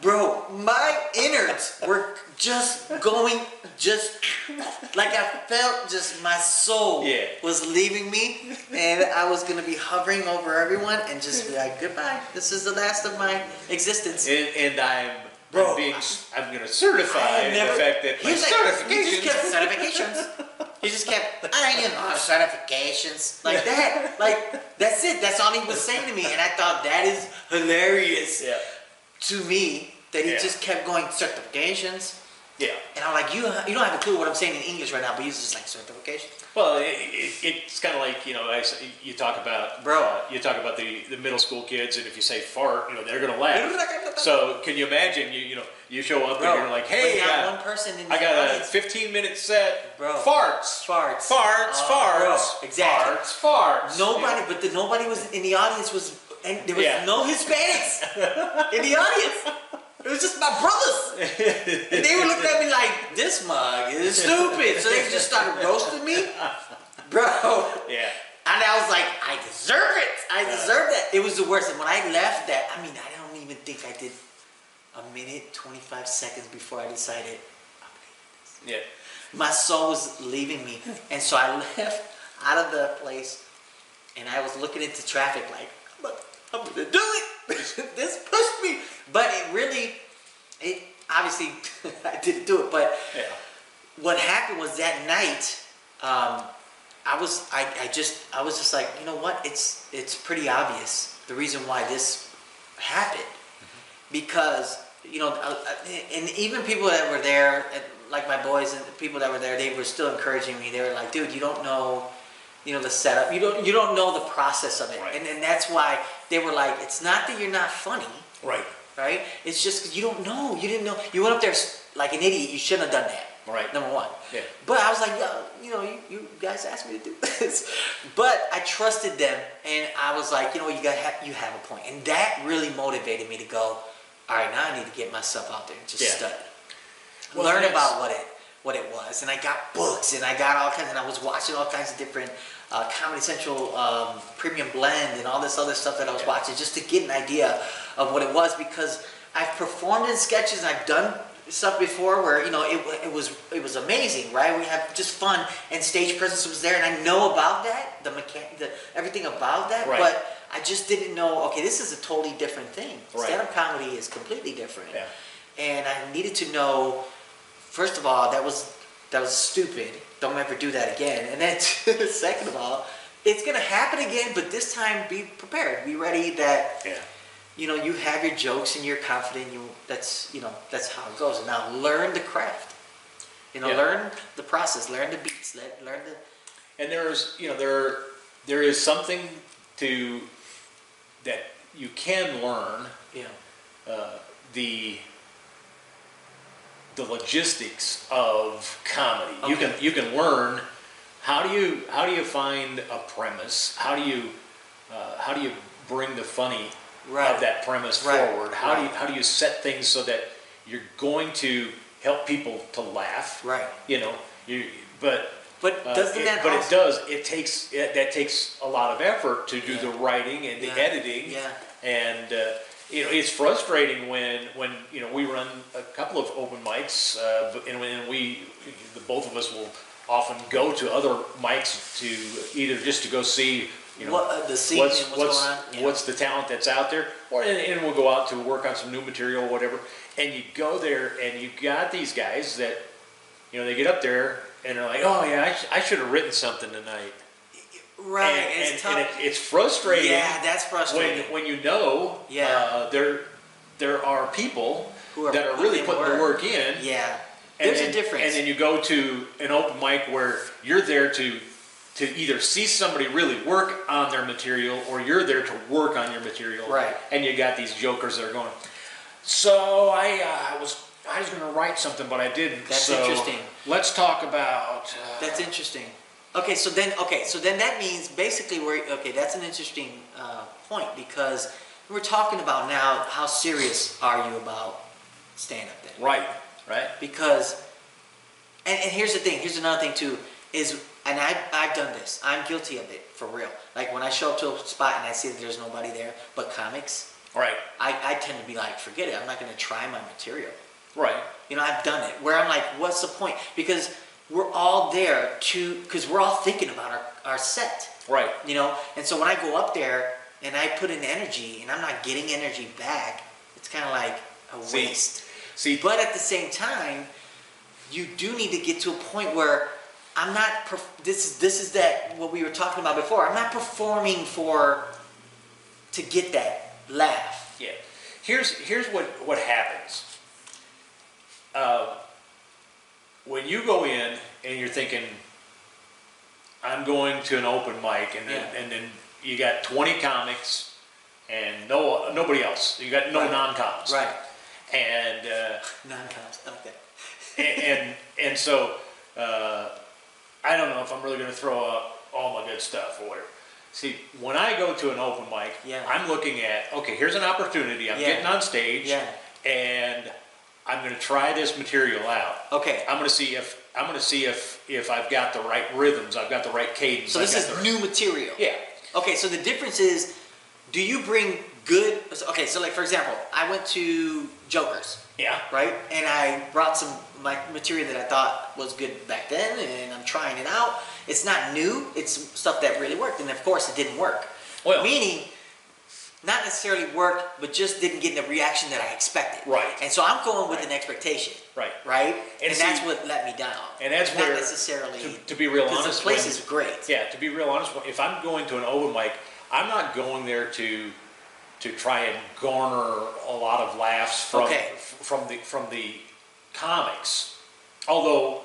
bro. My innards were just going, just like I felt, just my soul Yeah. was leaving me, and I was gonna be hovering over everyone and just be like, "Goodbye. This is the last of my existence." And, and I'm, Bro, I'm being, I'm going to I certify had never- the fact that He my was like, He certifications. just kept certifications. He just kept, I you know, certifications like that. Like that's it. That's all he was saying to me, and I thought that is hilarious yeah. to me that he Yeah. just kept going certifications, Yeah. and I'm like, you you don't have a clue what I'm saying in English right now, but he's just like certifications. Well, it, it, it's kind of like you know, I s you talk about Bro. uh, you talk about the, the middle school kids, and if you say fart, you know they're gonna laugh. so can you imagine? You you know, you show up and you're like, hey, but not uh, one person in I the got a audience- 15 minute set. Bro. Farts. Farts. Farts. Oh, bro. farts. Exactly. Farts. Farts. Nobody, Yeah. but the, nobody was in the audience. Was and there was Yeah. no Hispanics in the audience. It was just my brothers, and they would look at me like, "This mug is stupid." So they just started roasting me, bro. Yeah. And I was like, "I deserve it. I deserve that." It was the worst. And when I left that, I mean, I don't even think I did a minute twenty-five seconds before I decided Yeah. my soul was leaving me. And so I left out of the place and I was looking into traffic like, I'm gonna- I'm gonna do it. this pushed me. But it really, it obviously, I didn't do it. But Yeah. what happened was that night, um, I was, I, I just, I was just like, you know what? It's, it's pretty obvious the reason why this happened because you know, I- I- and even people that were there, and, like my boys and the people that were there, they were still encouraging me. They were like, "Dude, you don't know, you know, the setup. You don't, you don't know the process of it." Right. And and that's why they were like, "It's not that you're not funny, Right. right? It's just 'cause you don't know. You didn't know. You went up there s- like an idiot. You shouldn't have done that." Right. Number one. Yeah. But I was like, yo, you know, you, you guys asked me to do this, but I trusted them, and I was like, you know, you got ha- you have a point, and that really motivated me to go. All right, now I need to get myself out there and just Yeah. study, Well, learn that's- about what it what it was, and I got books, and I got all kinds, and I was watching all kinds of different uh, Comedy Central um, Premium Blend and all this other stuff that I was Yeah. watching just to get an idea of what it was because I've performed in sketches and I've done stuff before where you know it, wa- it was it was amazing right we have just fun and stage presence was there and I know about that the mechan- the everything about that Right. but I just didn't know okay this is a totally different thing Right. stand up comedy is completely different Yeah. and I needed to know first of all, that was that was stupid. Don't ever do that again. And then second of all, it's gonna happen again, but this time be prepared. Be ready that Yeah. you know you have your jokes and you're confident. You that's you know that's how it goes. And now learn the craft. You know, Yeah. learn the process, learn the beats, let, learn the And there's you know there there is something to that you can learn you know. uh, the the logistics of comedy. You Okay. can you can learn how do you how do you find a premise? How do you uh, how do you bring the funny Right. of that premise Right. forward? How do you how do you set things so that you're going to help people to laugh? Right. You know you but. But uh, doesn't it- that but also- it does. It takes it, that takes a lot of effort to do the writing and the Yeah. editing Yeah. and uh, you know it's frustrating when when you know we run a couple of open mics uh, b- and when we the both of us will often go to other mics to either just to go see you know What, uh, the scene and what's going on, yeah. what's the talent that's out there or and, and we'll go out to work on some new material or whatever and you go there and you got these guys that you know they get up there and they're like oh yeah I, sh- I should have written something tonight Right, and, it's and- tough. and it- it's frustrating yeah, that's frustrating. when, when you know Yeah. uh, there there are people Who are that are really putting putting in the work. work in. yeah. and There's then- a difference. And then you go to an open mic where you're there to to either see somebody really work on their material or you're there to work on your material. Right. And you got these jokers that are going, so I uh, I was I was going to write something, but I didn't. That's so interesting. Let's talk about. Uh, That's interesting. Okay, so then, okay, so then that means basically we're, okay, that's an interesting uh, point because we're talking about now how serious are you about stand up then? right, right. Because, and, and here's the thing, here's another thing too, is, and I, I've done this, I'm guilty of it for real. Like when I show up to a spot and I see that there's nobody there but comics, Right, I, I tend to be like, forget it, I'm not gonna try my material. right. You know, I've done it where I'm like, what's the point? Because we're all there to, because we're all thinking about our, our set, Right. you know? And so when I go up there and I put in energy and I'm not getting energy back, it's kind of like a See. waste. See, But at the same time, you do need to get to a point where I'm not, perf- this is, this is that, what we were talking about before, I'm not performing for, to get that laugh. yeah. Here's here's what what happens. Uh, when you go in and you're thinking, I'm going to an open mic, and then, Yeah. and then you got 20 comics and no nobody else. You got no Right. non-coms. Right. And uh, Non-counts, I like that. and and, and so uh, I don't know if I'm really going to throw up all my good stuff or whatever. See, when I go to an open mic, Yeah. I'm looking at okay, here's an opportunity. I'm Yeah. getting on stage, Yeah. and I'm going to try this material out. Okay. I'm going to see if I'm going to see if if I've got the right rhythms, I've got the right cadence. So I've this got is the right- new material. Yeah. Okay, so the difference is, do you bring good? Okay, so like for example, I went to Joker's, Yeah. right? And I brought some my material that I thought was good back then, and I'm trying it out. It's not new. It's stuff that really worked, and of course, it didn't work. Well- meaning. Not necessarily worked, but just didn't get the reaction that I expected. Right. And so I'm going with Right. an expectation. Right. Right. And, And that's see- what let me down. and that's not where- necessarily to- to be real 'cause honest, The place when- is great. Yeah, to be real honest, if I'm going to an open mic, I'm not going there to to try and garner a lot of laughs from Okay. f- from the from the comics. Although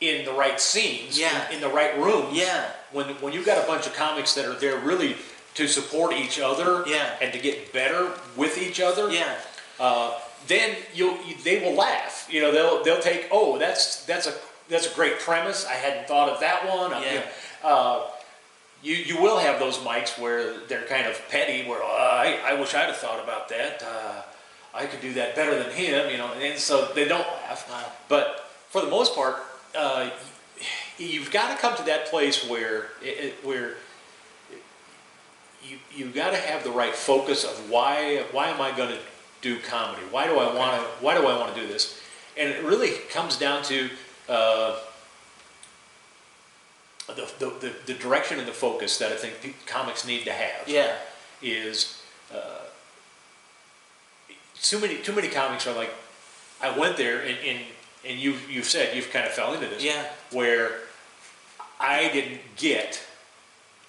in the right scenes, in- Yeah. in, the right rooms, Yeah. When when you've got a bunch of comics that are there really to support each other, Yeah. and to get better with each other, Yeah. uh, then you'll you, they will laugh. You know, they'll they'll take oh that's that's a that's a great premise. I hadn't thought of that one. I- Yeah. Uh, you you will have those mics where they're kind of petty. Where uh, I I wish I'd have thought about that. Uh, I could do that better than him. You know, and so they don't laugh. Wow. But for the most part, uh, y- you've got to come to that place where it, it, where you you got to have the right focus of why why am I going to do comedy? Why do I want to why do I want to do this? And it really comes down to uh, the, the, the the direction and the focus that I think pe- comics need to have Yeah. is uh, too many too many comics are like I went there and and, and you you've said you've kind of fell into this Yeah. where I didn't get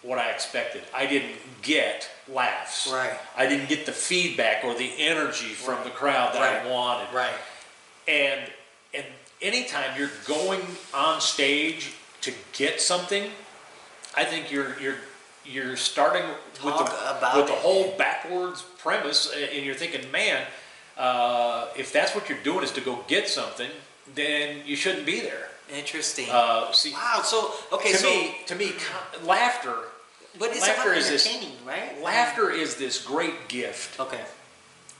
what I expected I didn't get laughs Right. I didn't get the feedback or the energy from the crowd that Right. I wanted Right. and and anytime you're going on stage to get something, I think you're you're you're starting with Talk the about with the it. whole backwards premise, a- and you're thinking, man, uh, if that's what you're doing is to go get something, then you shouldn't be there. Interesting. Uh, see, wow. So okay. to so me, to me, co- laughter, but it's laughter about is this- entertaining, right? laughter is this great gift. Okay.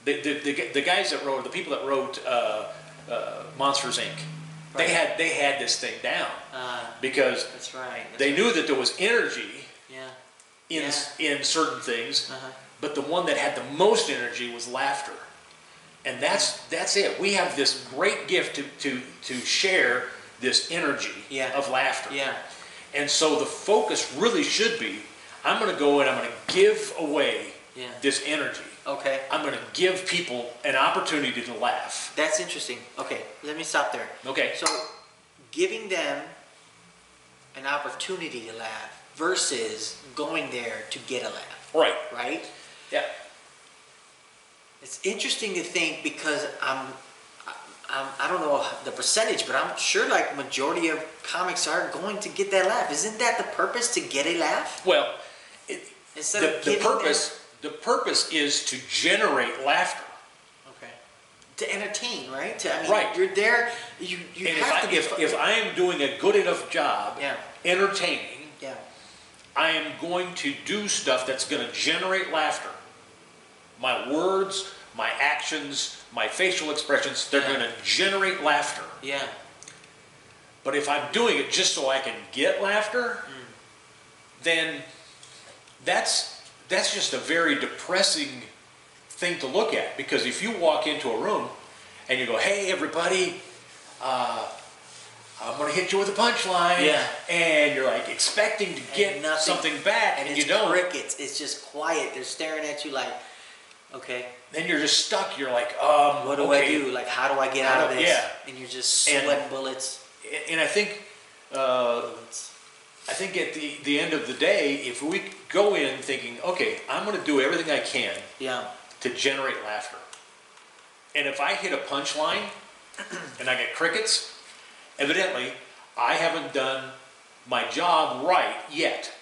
the, the, the, gu- the guys that wrote the people that wrote uh, uh, Monsters Inc. Right. They had they had this thing down Uh, because that's right. That's they knew that there was energy Yeah. in in certain things, Uh-huh. but the one that had the most energy was laughter, and that's that's it. We have this great gift to to, to share this energy Yeah. of laughter. Yeah. And so the focus really should be: I'm going to go and I'm going to give away Yeah. this energy. Okay. I'm going to give people an opportunity to laugh. That's interesting. Okay. Let me stop there. Okay. So, giving them an opportunity to laugh versus going there to get a laugh, Right. right? Yeah. It's interesting to think because I'm, I'm, I don't know the percentage, but I'm sure like majority of comics are going to get that laugh. Isn't that the purpose to get a laugh? Well, it, Instead the, of the giving them- purpose the purpose is to generate laughter. okay. to entertain, right? To, I mean, Right. You're there. You you And if have I, to be. if, fu- if I am doing a good enough job, Yeah. entertaining, yeah. I am going to do stuff that's going to generate laughter. My words, my actions, my facial expressions, they're Yeah. going to generate laughter. Yeah. But if I'm doing it just so I can get laughter, then that's that's just a very depressing thing to look at because if you walk into a room and you go, "Hey, everybody, uh, I'm gonna hit you with a punchline," Yeah. and you're like expecting to get And nothing. something back and, And you it's don't, crickets. It's just quiet. They're staring at you like, okay, then you're just stuck. You're like, um, what do I okay. do? Like, how do I get How out of do- this? yeah. And you're just And- sweating bullets. And- And I think. Uh, Bullets. I think at the, the end of the day, if we go in thinking, okay, I'm going to do everything I can Yeah. to generate laughter. And if I hit a punchline and I get crickets, evidently I haven't done my job right yet.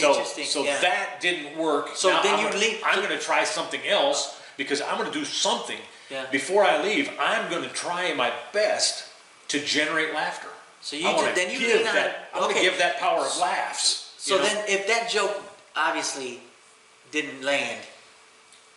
So, Interesting. so yeah. that didn't work. So Now then I'm you gonna, leap I'm to- going to try something else because I'm going to do something Yeah. before I leave. I'm going to try my best to generate laughter. So you I wanna did- then you give lean on- that. I'm going okay. to give that power of laughs. So you know? then, if that joke obviously didn't land,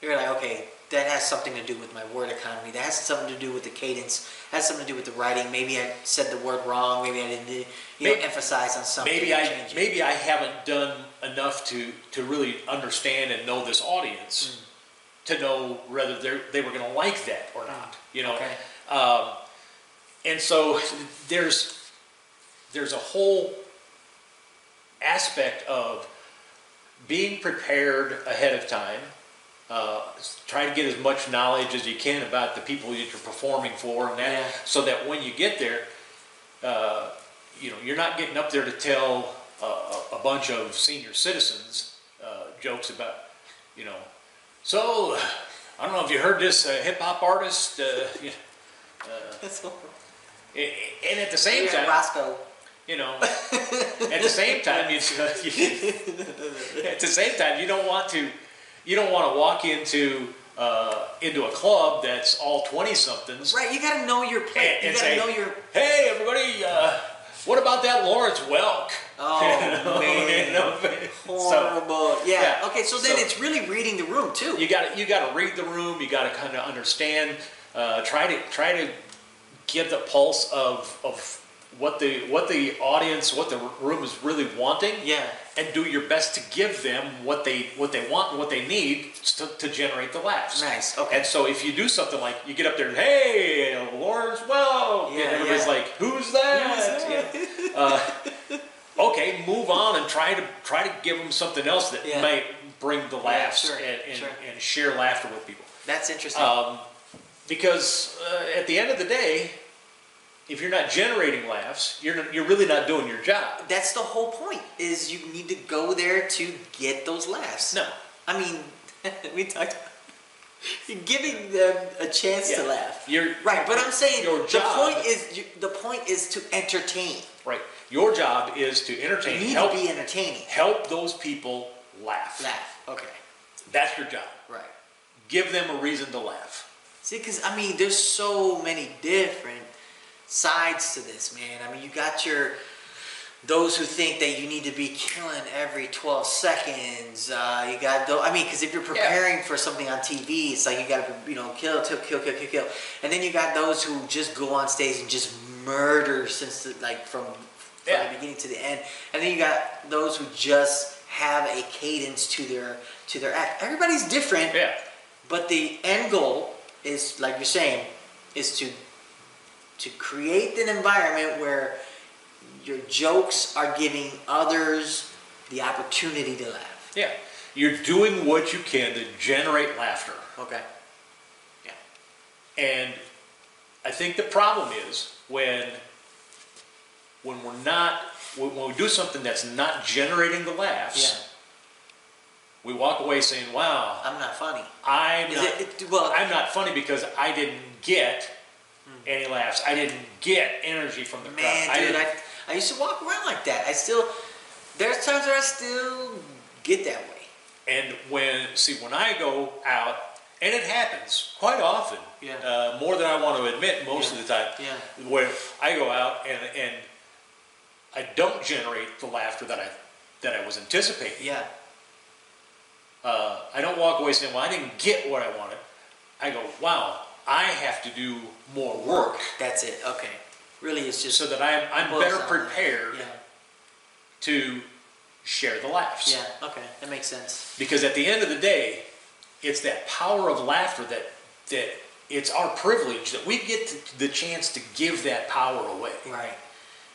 you're like, okay, that has something to do with my word economy. That has something to do with the cadence. Has something to do with the writing. Maybe I said the word wrong. Maybe I didn't, you May- know, emphasize on something. maybe or I change it. maybe I haven't done enough to to really understand and know this Mm. audience to know whether they they were going to like that or not. You know, Mm. Okay. um, and so there's there's a whole aspect of being prepared ahead of time. Uh, try to get as much knowledge as you can about the people that you're performing for, and that, Yeah. so that when you get there, uh, you know, you're not getting up there to tell uh, a, a bunch of senior citizens uh, jokes about, you know, so I don't know if you heard this uh, hip hop artist, uh, you know, That's all. a- a- and at the same You're at time, Roscoe. you know, at the same time, you, you at the same time you don't want to, you don't want to walk into uh, into a club that's all twenty somethings Right. You gotta know your plate. and, you and gotta say, know your. "Hey, everybody, uh, what about that Lawrence Welk?" Oh man. You know, so Horrible. yeah. yeah. Okay. So then So- it's really reading the room too. you got to you got to read the room. You got to kind of understand. Uh, try to try to give the pulse of of what the what the audience, what the room is really wanting. Yeah. And do your best to give them what they what they want and what they need to, to generate the laughs. Nice, okay. And so if you do something like you get up there and hey Lawrence Welk, and Yeah, everybody's yeah. like, who's that? You know? okay, move on and try to try to give them something else that Yeah. may bring the laughs sure, and, and, sure. and share laughter with people. That's interesting. Um, because uh, at the end of the day, if you're not generating laughs, you're not, you're really not doing your job. That's the whole point. Is you need to go there to get those laughs. No, I mean, we talked. about- You're giving them a chance Yeah. to laugh. You're- right, but I'm saying your the job- point is you, the point is to entertain. right. Your job is to You entertain, need help to be entertaining. help those people laugh. Laugh. Okay. That's your job. Right. Give them a reason to laugh. See, because I mean, there's so many different sides to this, man. I mean, you got your those who think that you need to be killing every 12 seconds. Uh, you got those. I mean, because if you're preparing for something on TV, it's like you got to, you know, kill, kill, kill, kill, kill, kill. And then you got those who just go on stage and just murder since the, like from, from Yeah. the beginning to the end. And then you got those who just have a cadence to their to their act. Everybody's different. Yeah. But the end goal is, like you're saying, is to to create an environment where your jokes are giving others the opportunity to laugh. Yeah. You're doing what you can to generate laughter. Okay. Yeah. And I think the problem is when when we're not when when we do something that's not generating the Yeah. laughs, we walk away saying, "Wow, I'm not funny. I'm Is not, it- it- well- I'm not funny because I didn't get any laughs. I didn't get energy from the Hmm. Man, crowd. I dude, didn't- I, I used to walk around like that. I still there's times where I still get that way. And when see when I go out and it happens quite often. Yeah. Uh, more than I want to admit most of the time. Yeah. Where I go out and and I don't generate the laughter that I that I was anticipating. Yeah. Uh, I don't walk away saying, "Well, I didn't get what I wanted." I go, "Wow, I have to do more work That's it. Okay. Really, it's just so that I'm I'm boils better down to that. prepared to share the laughs." Yeah. Yeah. Okay. That makes sense. Because at the end of the day, it's that power of laughter that that it's our privilege that we get to, the chance to give that power away. Right.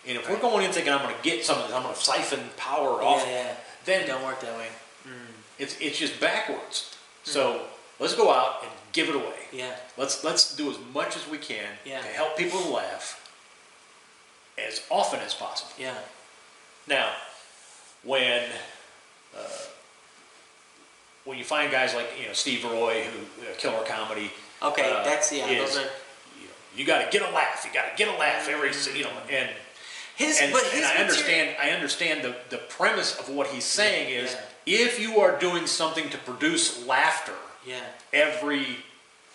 And if we're going in thinking I'm going to get something, I'm going to siphon power off, Yeah. yeah. then It don't work that way. it's it's just backwards. So Hmm. let's go out and give it away. Yeah. Let's let's do as much as we can Yeah. to help people laugh as often as possible. Yeah. Now, when uh, when you find guys like you know Steve Roy who uh, killer comedy, Okay. uh, that's yeah. is, Those are you, know, you got to get a laugh. You got to get a laugh every s- you know and. his. And, but his and I materi- understand. I understand the, the premise of what he's saying is Yeah. if you are doing something to produce laughter Yeah. every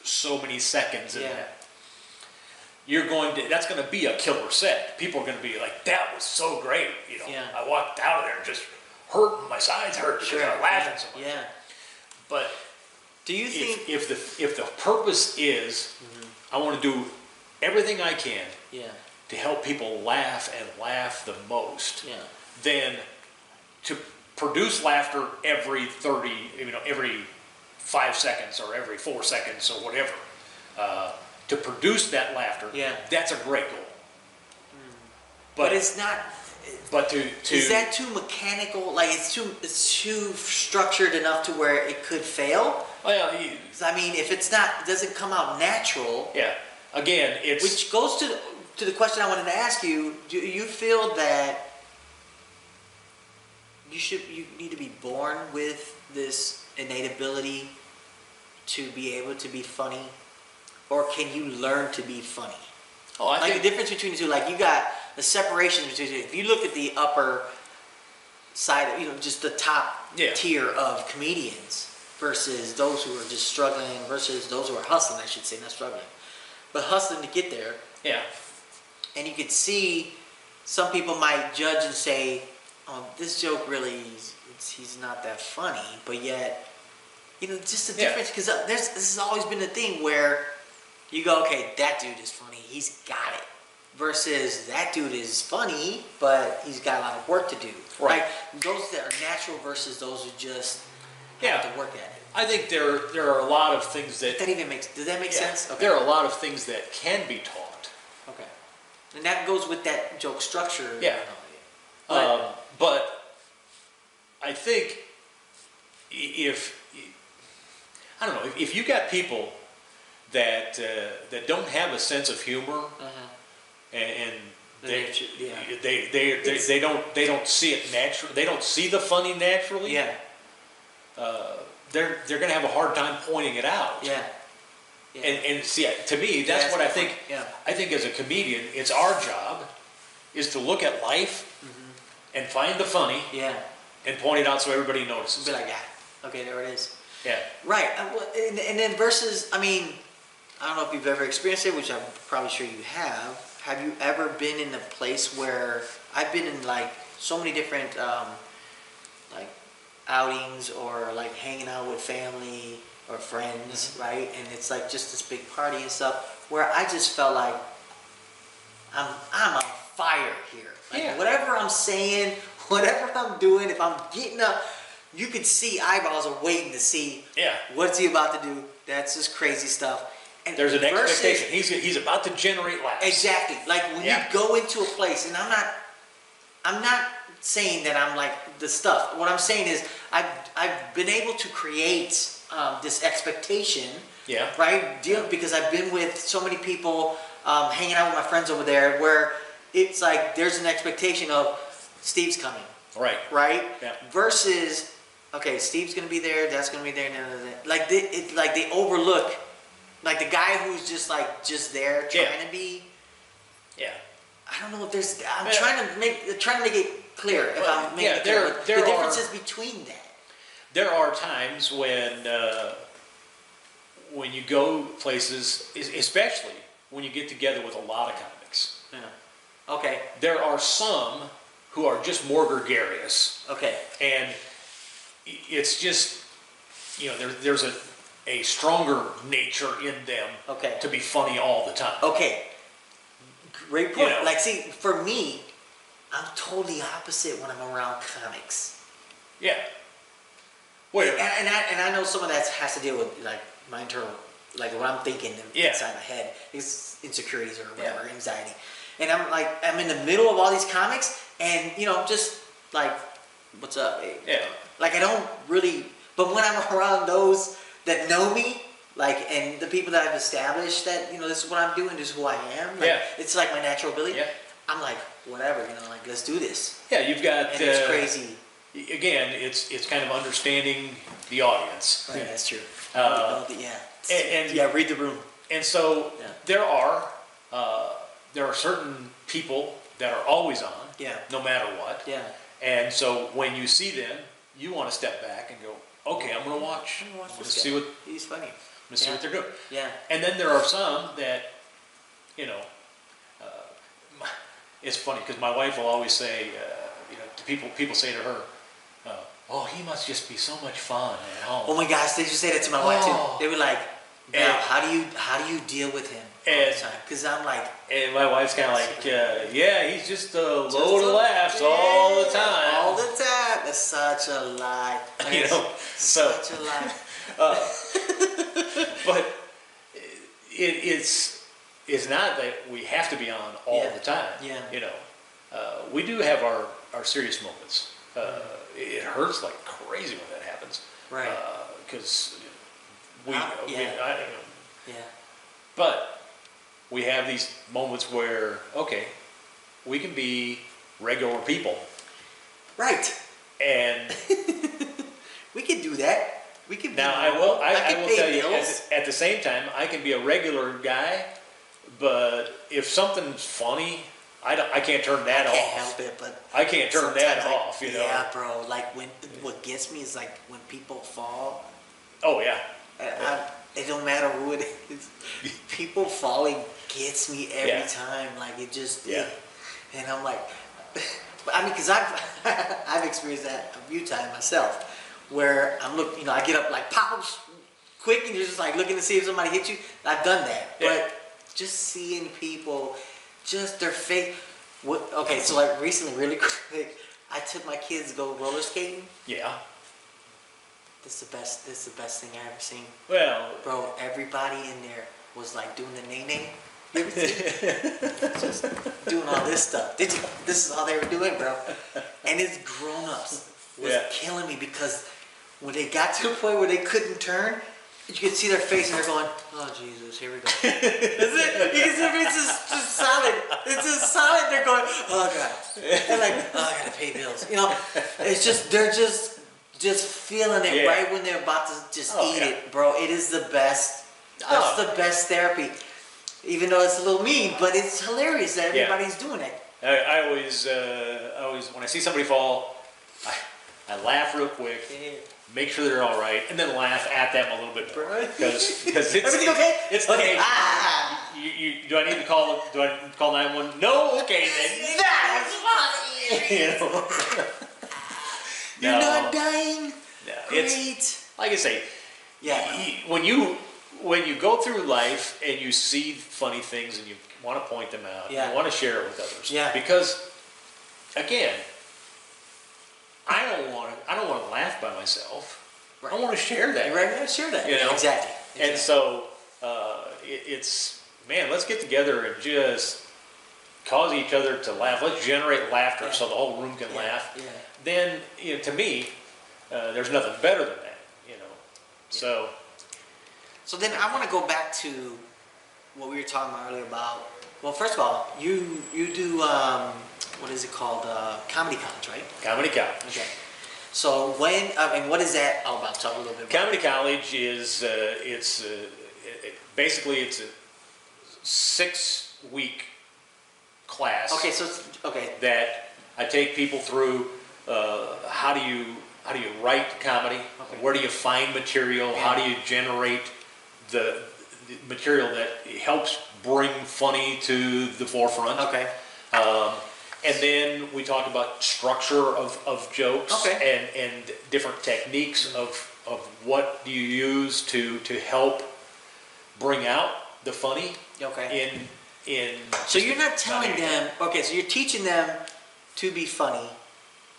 so many seconds, in Yeah. that, you're going to that's going to be a killer set. People are going to be like, "That was so great!" You know, Yeah. I walked out of there just hurting, my sides hurt because I was laughing so much. Yeah. But Do you think? if, if the if the purpose is, Mm-hmm. I want to do everything I can yeah. to help people laugh and laugh the most Yeah. than to produce laughter every 30, you know, every five seconds or every four seconds or whatever, uh, to produce that laughter, Yeah. Hmm. that's a great goal. But But, it's not. but to, to, Is that too mechanical? Like it's too it's too structured enough to where it could fail. well, you- 'Cause, I mean, if it's not it doesn't come out natural, yeah, again, it's, which goes to to the question I wanted to ask you. Do you feel that you should you need to be born with this innate ability to be able to be funny, or can you learn to be funny? oh, I like think, the difference between the two, like you got the separation between the two. If you look at the upper side, of, you know, just the top Yeah. tier of comedians versus those who are just struggling versus those who are hustling, I should say, not struggling, but hustling to get there. yeah, And you could see some people might judge and say, "Oh, this joke really, it's, he's not that funny," but yet, you know, just the Yeah. difference because there's this has always been a thing where you go, "Okay, that dude is funny. He's got it." Versus that dude is funny, but he's got a lot of work to do. Right. Like those that are natural versus those who just Yeah. have to work at it. I think there, there are a lot of things that, That even makes does that make yeah, sense? there are a lot of things that can be taught. Okay. And that goes with that joke structure. Yeah. But- um, but I think i- if I don't know if, if you got people that uh, that don't have a sense of humor uh-huh. and, and The they, nature- yeah. they, they, they, It's- they don't they don't see it naturally they don't see the funny naturally uh, Yeah. they're they're gonna have a hard time pointing it out Yeah. and and see to me that's that's what I the point, think yeah. I think as a comedian it's our job is to look at life Mm-hmm. and find the funny Yeah. and point it out so everybody notices. Be like, yeah. Okay, there it is. Yeah. Right. I- well, And, and then versus, I mean, I don't know if you've ever experienced it, which I'm probably sure you have. Have you ever been in a place where I've been in like so many different um, like outings or like hanging out with family or friends, Mm-hmm. right? And it's like just this big party and stuff where I just felt like I'm I'm on fire here. Like Yeah. whatever I'm saying, whatever I'm doing, if I'm getting up, you could see eyeballs are waiting to see Yeah. what's he about to do. That's just crazy stuff. And There's an versus- expectation. He's he's about to generate laughs. Exactly. Like when Yeah. you go into a place, and I'm not, I'm not saying that I'm like the stuff. What I'm saying is I've I've been able to create um, this expectation. Yeah. Right. Deal because I've been with so many people, um, hanging out with my friends over there, where it's like there's an expectation of Steve's coming, Right. right? Yeah. Versus, okay, Steve's gonna be there. That's gonna be there. nah, nah, nah. Like they, it, like they overlook. Like the guy who's just like just there Yeah. trying to be Yeah. I don't know if there's. I'm Yeah. trying to make trying to make it clear. If Well, I'm making yeah, it clear, there- but there the are- differences between that. There are times when uh, you go places, es- especially when you get together with a lot of comics, Yeah. Okay. there are some who are just more gregarious, Okay. and i- it's just you know there, there's a a stronger nature in them Okay. to be funny all the time. Okay. Great point. You know. Like, see, for me, I'm totally opposite when I'm around comics. Yeah. Wait. And, and I and I know some of that has to deal with like my internal, like what I'm thinking Yeah. inside my head, is insecurities or Yeah. whatever, anxiety. And I'm like, I'm in the middle of all these comics, and you know, just like, what's up? eh? Yeah. Like I don't really, but when I'm around those that know me, like and the people that I've established that you know this is what I'm doing, this is who I am. Like, Yeah. It's like my natural ability. Yeah. I'm like whatever, you know, like let's do this. Yeah. You've got. And it's uh, crazy. Again, it's it's kind of understanding the audience. Right, that's true. Uh, yeah. and- and- yeah, read the room. And so Yeah. there are uh, there are certain people that are always on, Yeah. no matter what. Yeah. And so when you see them, you want to step back and go, okay, I'm going to watch. I'm gonna watch I'm this gonna see guy. what He's funny. I'm gonna see Yeah. what they're doing. Yeah. And then there are some that, you know, uh, my- it's funny because my wife will always say, uh, you know, to people people say to her, uh, oh, he must just be so much fun at home. Oh my gosh, they just say that to my wife Oh. too. They were like, "Now, And- how do you how do you deal with him all And- the time?" Because I'm like, And my wife's kind of like, uh, yeah, he's just a load Just of a- laughs all the Yeah, time. All the time. That's such a lie. That You is know, so- such a lie. but it, it's it's not that we have to be on all Yeah. the time. Yeah. You know, uh, we do have our our serious moments. Uh, it hurts like crazy when that happens. Right. Because we, Uh, we yeah. I, you know, Yeah. but we have these moments where okay, we can be regular people Right. and We could do that. We could. be Now I normal. will. I, I, could will pay tell you. bills. At, the- at the same time, I can be a regular guy, but if something's funny, I don't. I can't turn that I off. can't help it, but I can't turn that sometimes, like, off. You know. Yeah, bro. Like when what gets me is like when people fall. Oh yeah. I, I, it don't matter who it is. People falling gets me every Yeah. time. Like it just. Yeah. and I'm like, but I mean, because I've I've experienced that a few times myself, where I'm look, you know, I get up like pop up s- quick, and you're just like looking to see if somebody hit you. I've done that, Yeah. but just seeing people, just their face. What? Okay, so like recently, really quick, I took my kids to go roller skating. Yeah. This is the best. This is the best thing I ever seen. Well. Bro, everybody in there was like doing the nay nay. You ever see? Just doing all this stuff. Did you, this is all they were doing, bro. And it's grown ups was Yeah. killing me because when they got to a point where they couldn't turn, you could see their face and they're going, "Oh Jesus, here we go." That's it. You can see their face is just solid. It's just solid. They're going, "Oh God." They're like, "Oh, I gotta pay bills." You know, it's just they're just just feeling it Yeah. right when they're about to just Oh, eat yeah. it bro. It is the best. That's Oh. the best therapy. Even though it's a little mean, but it's hilarious that Yeah. everybody's doing it. I, I always. Uh, I always when I see somebody fall, I, I laugh real quick. Make sure they're all right, and then laugh at them a little bit more. Right. Because it's Everything okay? It's okay. okay. Ah, You, you, do I need to call? Do I need to call nine one? No. Okay then. that is funny. you know. You're No. not dying. No, Great. it's- like I say, yeah. y- when you when you go through life and you see funny things and you want to point them out, Yeah. you want to share it with others. Yeah. Because again, I don't want to. I don't want to laugh by myself. I Right. want to share that. You're right. You're sure that. You know? Exactly. And so uh, it, it's man, let's get together and just cause each other to laugh. Let's generate laughter Yeah. so the whole room can Yeah, laugh. yeah. Then you know, to me, uh, there's nothing better than that. You know, so So then I want to go back to what we were talking about earlier about. Well, first of all, you you do um, what is it called? Uh, comedy college, right? comedy college. Okay. So when uh, and what is that all about? Talk a little bit. About. Comedy college is uh, it's uh, it, it- basically it's a six week class. Okay, so it's, okay, that I take people through uh, how do you how do you write comedy? Okay. Where do you find material? How do Yeah. you generate the, the material that helps bring funny to the forefront. Okay. Um, and then we talked about structure of, of jokes Okay. and, and different techniques of, of what do you use to, to help bring out the funny Okay. in in So you're not telling them. Okay, so you're teaching them to be funny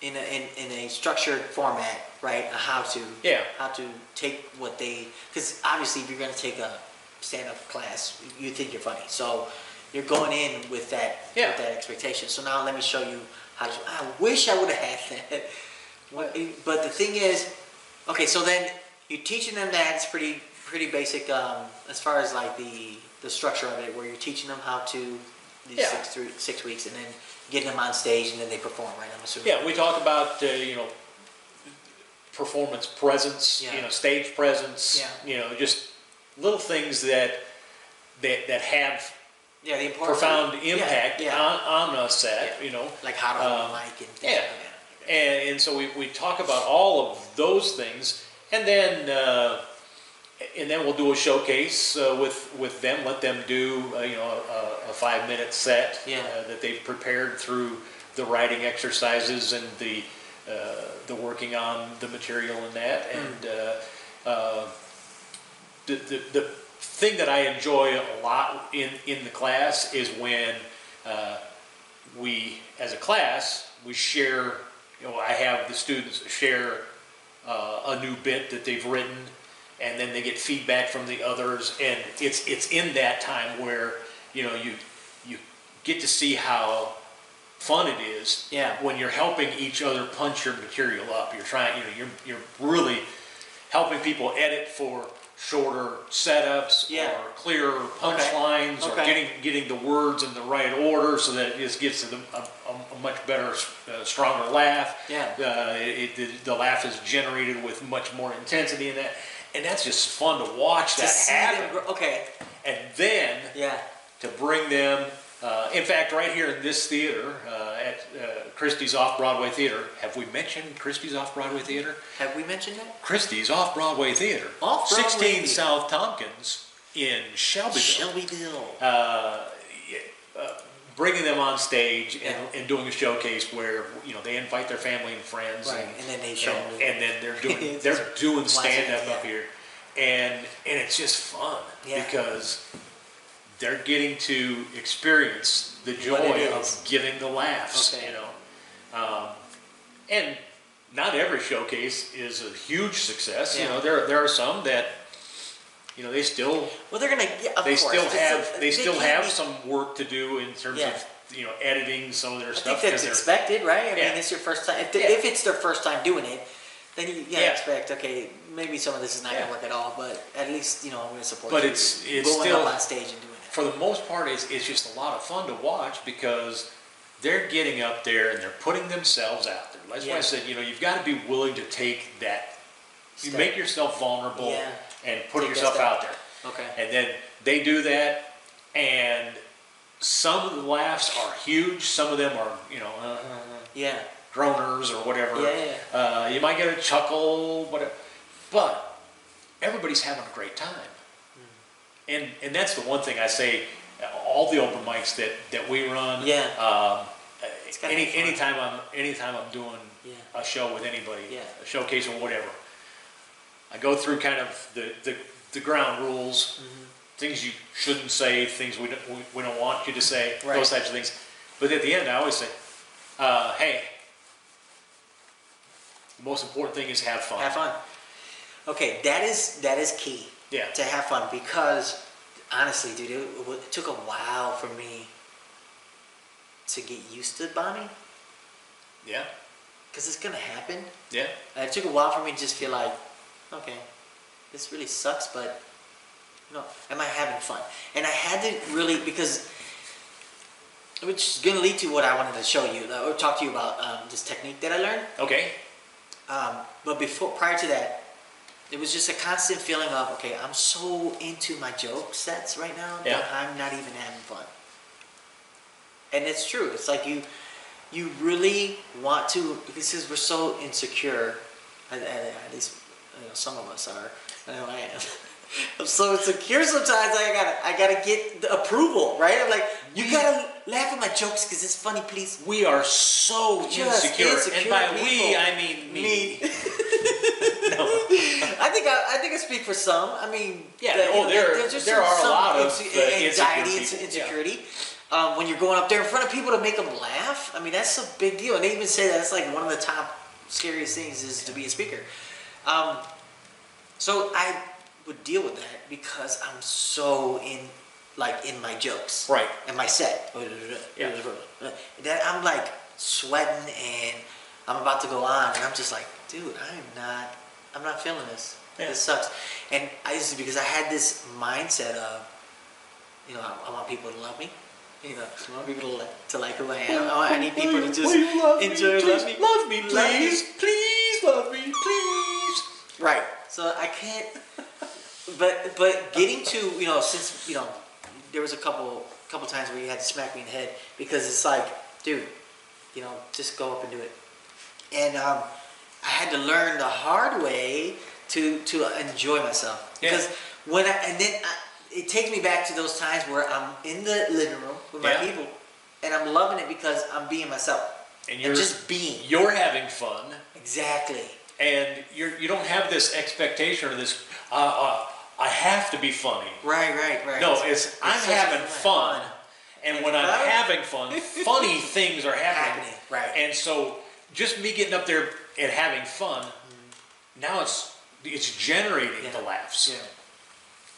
in a, in, in a structured format, right? A how to. Yeah. How to take what they because obviously if you're going to take a stand up class, you think you're funny, so you're going in with that Yeah. with that expectation. So now let me show you how to. I wish I would have had that. What- But the thing is, okay, so then you're teaching them that it's pretty pretty basic um, as far as like the the structure of it, where you're teaching them how to these Yeah. six three, six weeks, and then getting them on stage, and then they perform, right? I'm assuming. Yeah, we talk about uh, you know performance presence, Yeah. you know stage presence, Yeah. you know just little things that that that have Yeah, the important profound impact Yeah, yeah. on on us. That Yeah. you know, like how to hold a Um, mic and things yeah, like that. and, and so we, we talk about all of those things, and then uh, and then we'll do a showcase uh, with with them. Let them do uh, you know a, a five minute set Yeah. uh, that they've prepared through the writing exercises and the uh, the working on the material and that and. Uh, uh, the, the, the thing that I enjoy a lot in, in the class is when uh, we, as a class, we share, you know, I have the students share uh, a new bit that they've written, and then they get feedback from the others, and it's, it's in that time where, you know, you, you get to see how fun it is Yeah. when you're helping each other punch your material up. You're trying, you know, you're, you're really helping people edit for shorter setups Yeah. or clearer punchlines or Okay. getting getting the words in the right order so that it just gets to the, a, a, a much better, uh, stronger laugh. Yeah. Uh, it, it, the laugh is generated with much more intensity in that. And that's just fun to watch To that see them happen. grow- okay. and then Yeah. to bring them. Uh, in fact, right here in this theater, uh, at uh, Christie's Off Broadway Theater, have we mentioned Christie's Off Broadway Theater? Have we mentioned that? Christie's Off Broadway Theater, Off-Broadway 16 Theater. South Tompkins in Shelbyville. Shelbyville. uh, Bringing them on stage and, and doing a showcase where you know they invite their family and friends, Right, and then they show and, them. and then they're doing It's they're doing just- stand up yeah. up here, and and it's just fun Yeah. because they're getting to experience the joy it is. of giving the laughs, Okay. you know, um, and not every showcase is a huge success. You Yeah. know, there there are some that you know they still well, they're gonna. Yeah, of they course. still It's a- have they still can't have be- some work to do in terms Yeah. of you know editing some of their I stuff think that's 'cause expected, right? I Yeah. mean, it's your first time. If, Yeah. if it's their first time doing it, then you yeah, Yeah. expect okay, maybe some of this is not Yeah. gonna work at all, but at least you know I'm gonna support. But you it's- it's going still- up on stage and doing it. for the most part it's, it's just a lot of fun to watch because they're getting up there and they're putting themselves out there. That's why Yeah. I said you know you've got to be willing to take that. You Step. make yourself vulnerable Yeah. and Take put that yourself step. out there. Okay. And then they do that, and some of the laughs are huge. Some of them are, you know, uh, Yeah. groaners or whatever. Yeah, yeah, Uh, you might get a chuckle, whatever. But everybody's having a great time. Hmm. And and that's the one thing I say. uh, All the open mics that, that we run. Yeah. Um, uh, gotta any be fun. anytime I'm anytime I'm doing Yeah. a show with anybody, Yeah. a showcase or whatever, I go through kind of the the, the ground rules, things you shouldn't say, things we don't we, we don't want you to say, Right. those types of things. But at the end, I always say, uh, "Hey, the most important thing is have fun. Have fun. Okay, that is that is key. Yeah. To have fun because honestly, dude, it, it wa- it took a while for me to get used to bombing Yeah, because it's gonna happen. yeah, And it took a while for me to just feel like, okay, this really sucks, but you know, am I having fun? And I had to really because, which is gonna lead to what I wanted to show you uh, or talk to you about um, this technique that I learned. okay, Um, but before, prior to that, it was just a constant feeling of, okay, I'm so into my joke sets right now that Yeah. I'm not even having fun. And it's true. It's like you, you really want to. This is we're so insecure. At, at, at least you know, some of us are. I know I am. I'm I'm so insecure sometimes. I gotta, I gotta get the approval, right? I'm like, you gotta laugh at my jokes because it's funny, please. We are so Just insecure. and insecure by we, people. I mean me. Me. I think I, I think I speak for some. I mean, Yeah, that, oh, you know, there- there's just there are a some lot of, inse- uh, insecure anxiety, people, inse- yeah. insecurity. Um, when you're going up there in front of people to make them laugh, I mean that's a big deal. And they even say that's like one of the top scariest things is to be a speaker. Um, so I would deal with that because I'm so in, like in my jokes, Right. And my set, Yeah. that I'm like sweating and I'm about to go on, and I'm just like, dude, I'm not, I'm not feeling this. Yeah. This sucks. And I used to because I had this mindset of, you know, I, I want people to love me. You know, I want people to, li- to like who I am. I, want- I need people to just Please love me, enjoy please love me. Love Love me. me, please. Please love me, please. Right. So I can't. But but getting to you know since you know there was a couple couple times where you had to smack me in the head because it's like dude you know just go up and do it and um, I had to learn the hard way to to enjoy myself Yeah. because when I and then I, it takes me back to those times where I'm in the living room with my Yeah. people and I'm loving it because I'm being myself And and you're- you're just being You're having fun, exactly and you're you don't have this expectation or this. Uh, uh, I have to be funny. right right right No, it's, I'm such a having fun, and when I'm fun. having fun, funny things are happening. Happening, right. And so, just me getting up there and having fun, now it's it's generating Mm-hmm. Yeah. the laughs,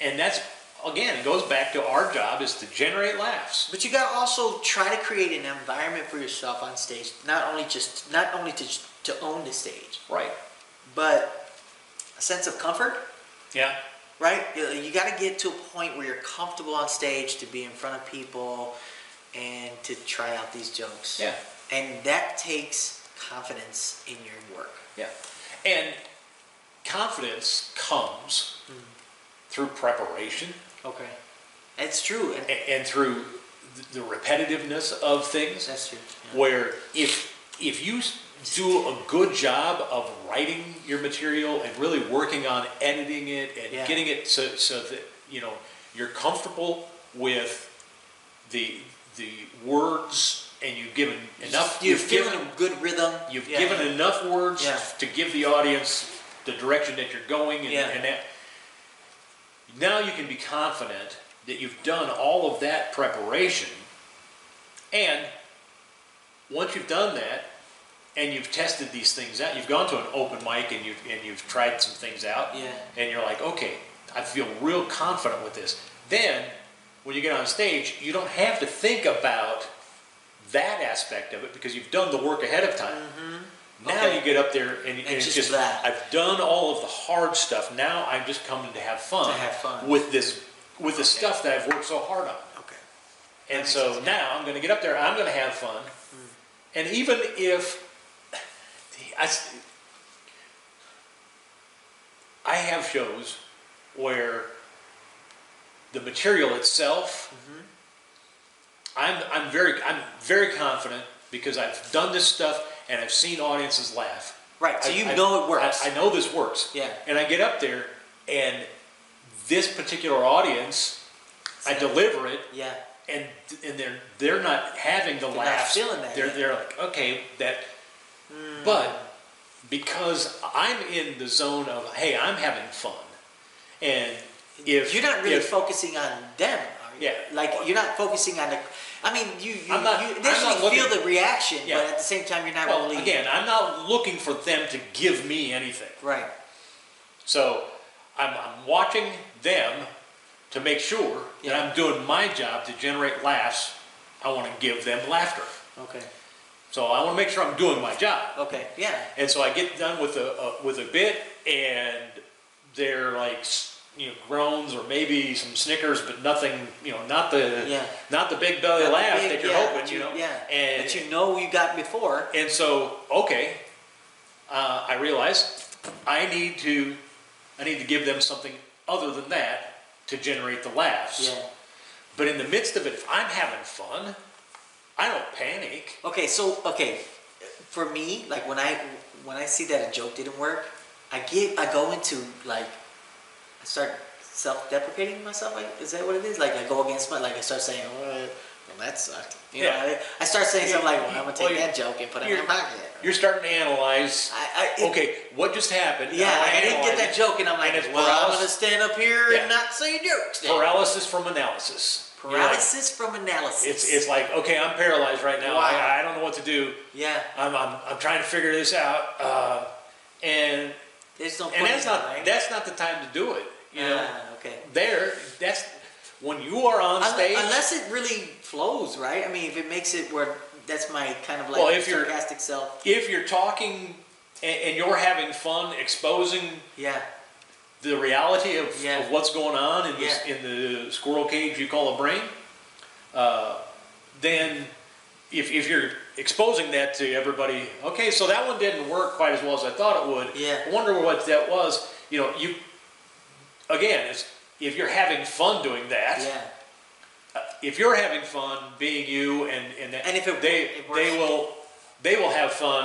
Yeah. and that's again it goes back to our job is to generate laughs. But you gotta also try to create an environment for yourself on stage, not only just not only to to own the stage, Right. but a sense of comfort, Yeah. right? You, you gotta get to a point where you're comfortable on stage to be in front of people and to try out these jokes. Yeah. And that takes confidence in your work. Yeah. And confidence comes Mm. through preparation Okay. It's true. And and, and through th- the repetitiveness of things. that's true. Yeah. Where if if you s- do a good job of writing your material and really working on editing it and Yeah. getting it so, so that you know you're comfortable with the the words and you've given enough You're you've given feeling a good rhythm. You've Yeah. given enough words Yeah. to give the audience the direction that you're going, and, Yeah. and that. Now you can be confident that you've done all of that preparation, and once you've done that, and you've tested these things out, you've gone to an open mic and you've and you've tried some things out, Yeah. and you're like, okay, I feel real confident with this. Then, when you get on stage, you don't have to think about that aspect of it because you've done the work ahead of time. Now Mm-hmm. Okay. you get up there and, and it's just just, that. I've done all of the hard stuff. Now I'm just coming to have fun, To have fun. with this, with the stuff that I've worked so hard on. Okay. And so now I'm going to get up there. I'm going to have fun. Hmm. And even if I, s- I have shows where the material itself, Mm-hmm. I'm, I'm very I'm very confident because I've done this stuff and I've seen audiences laugh. Right. So I- you I- know it works. I, I know this works. Yeah. And I get up there and this particular audience, I deliver it yeah. and and they're they're not having the not laughs. feeling that They're yet. Hmm. they're like okay that, but because I'm in the zone of hey I'm having fun, and if you're not really if- focusing on them, are you? Yeah. Like you're not focusing on the. I mean, you you, I'm not- you I'm initially not looking- feel the reaction, Yeah. but at the same time, you're not well, really again I'm not looking for them to give me anything. right. So I'm, I'm watching them to make sure that Yeah. I'm doing my job to generate laughs. I want to give them laughter. Okay. So I want to make sure I'm doing my job. Okay. Yeah. And so I get done with a uh, with a bit, and they're like s- you know groans or maybe some snickers, but nothing you know not the Yeah. not the big belly Not the laugh big- that you're yeah, hoping you know. Yeah. And that you know you got before. and so okay, uh, I realize I need to I need to give them something other than that to generate the laughs. Yeah. But in the midst of it, if I'm having fun, I don't panic. Okay. So okay, for me, like when I when I see that a joke didn't work, I get I go into like I start self-deprecating myself. Like, is that what it is? Like I go against my like I start saying, well, well that sucked. You know, Yeah. I, I start saying Yeah, something like, you- well, I'm gonna well, take you- that joke and put it in my you're- pocket. You're starting to analyze. I, I, it- Okay, what just happened? Yeah, Now I, didn't get analyze that it. joke, and I'm like, And it's well, I'm paralysis- gonna stand up here Yeah. and not say jokes. now." Paralysis from analysis. You're like, Paralysis from analysis. It's it's like okay, I'm paralyzed right now. Wow. I, I don't know what to do. yeah. I'm I'm, I'm trying to figure this out. Uh, and There's no point. and that's in it, not right? that's not the time to do it. You know, Ah, okay. there that's when you are on Un- stage. Unless it really flows, right? I mean, if it makes it where that's my kind of like Well, if you're- sarcastic self. if you're talking and, and you're having fun exposing Yeah. the reality of, Yeah. of what's going on in, Yeah. the, in the squirrel cage you call a brain, uh, then if, if you're exposing that to everybody, okay, so that one didn't work quite as well as I thought it would. Yeah. I wonder what that was. You know, you again, it's, if you're having fun doing that, uh, Yeah. if you're having fun being you and and, that, And if it- they it works. they will they will have fun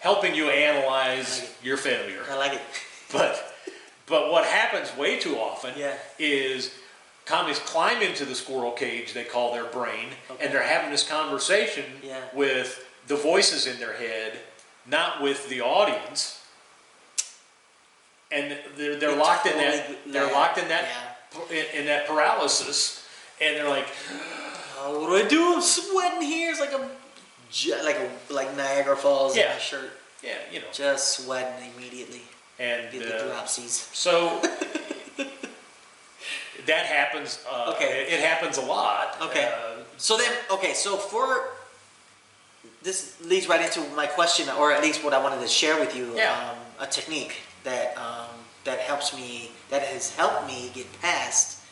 helping you analyze Like it. your failure. I like it. But but what happens way too often Yeah. is commies climb into the squirrel cage they call their brain and they're having this conversation Yeah. with the voices in their head, not with the audience. And they're, they're It's locked in that totally- they're yeah, locked in that yeah. in, in that paralysis and they're like Oh, what do I do? I'm sweating here. It's like a j- like a like Niagara Falls in Yeah. my shirt. yeah, you know. Just sweating immediately. And Get the uh, dropsies. so that happens. Uh, Okay. It, it happens a lot. Okay. Uh, So then, okay, so for this leads right into my question, or at least what I wanted to share with you. Yeah. Um, a technique that um, that helps me, that has helped me get past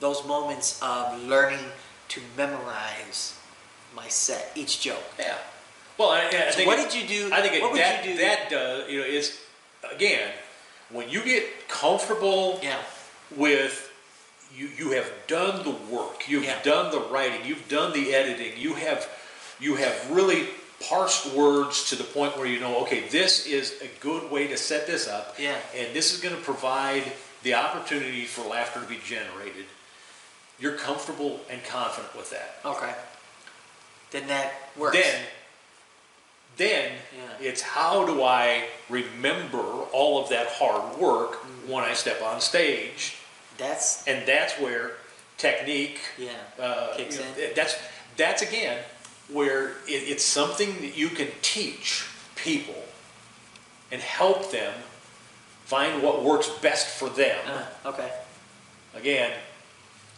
those moments of learning to memorize my set, each joke. yeah. Well, I, I So think what it- did you do? I think it, what would that you do? that does you know is again when you get comfortable yeah. with you you have done the work you've Yeah. done the writing you've done the editing you have you have really parsed words to the point where you know okay this is a good way to set this up Yeah. and this is going to provide the opportunity for laughter to be generated you're comfortable and confident with that Okay. Then that works. then then Yeah. it's how do i remember all of that hard work Mm-hmm. when i step on stage that's and that's where technique yeah. uh, Kicks you know, in. th- that's that's again where it, it's something that you can teach people and help them find what works best for them Uh, okay. again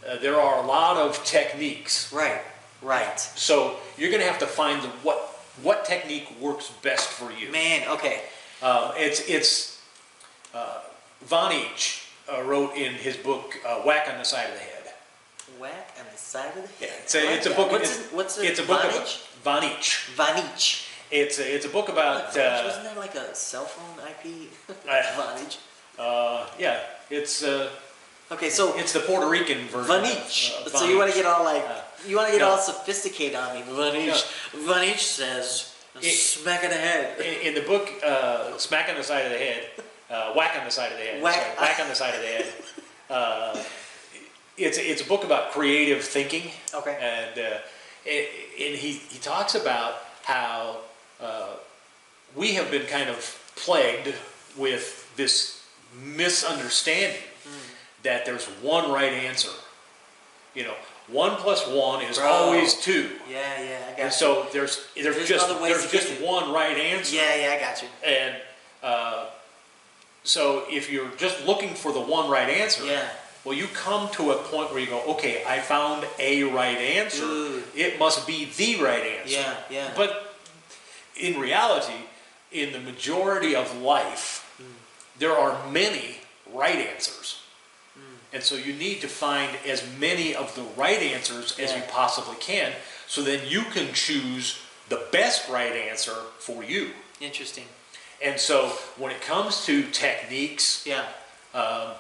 uh, there are a lot of techniques Right. Right. so you're going to have to find the, what what technique works best for you Man. Okay. Uh, it's it's uh, von Each uh, wrote in his book uh, whack on the side of the head Whack on the side of the head. Yeah, it's a, it's a Like book. that. What's it's, it? What's it? it's a book Vonage? about Vonage. Vonage. It's a, it's a book Like about Vonage. uh, Wasn't that like a cell phone IP? I- Vonage. uh, yeah. It's uh, Okay, so it's the Puerto Rican version. of, Vonage. uh, so you want to Vonage. get all like Uh, you want to get no. all sophisticated on me. Vonage. Vonage says It- smack in the head. in, in the book uh, smack on the side of the head, uh, whack on the side of the head. Whack- sorry, whack on the side of the head. Uh, it's it's a book about creative thinking. Okay. And uh, it, and he he talks about how uh, we have been kind of plagued with this misunderstanding Hmm. that there's one right answer. You know, one plus one is Bro. always two. Yeah, yeah, I And got so there's there's, There's just other ways there's to get just to- one right answer. you. Yeah, yeah, I got you. And uh, so if you're just looking for the one right answer, Yeah. well, you come to a point where you go, okay, I found a right answer. Ooh. It must be the right answer. Yeah, yeah. But in reality, in the majority of life, Mm. there are many right answers. Mm. And so you need to find as many of the right answers as Yeah. you possibly can so then you can choose the best right answer for you. Interesting. And so when it comes to techniques, Yeah. um,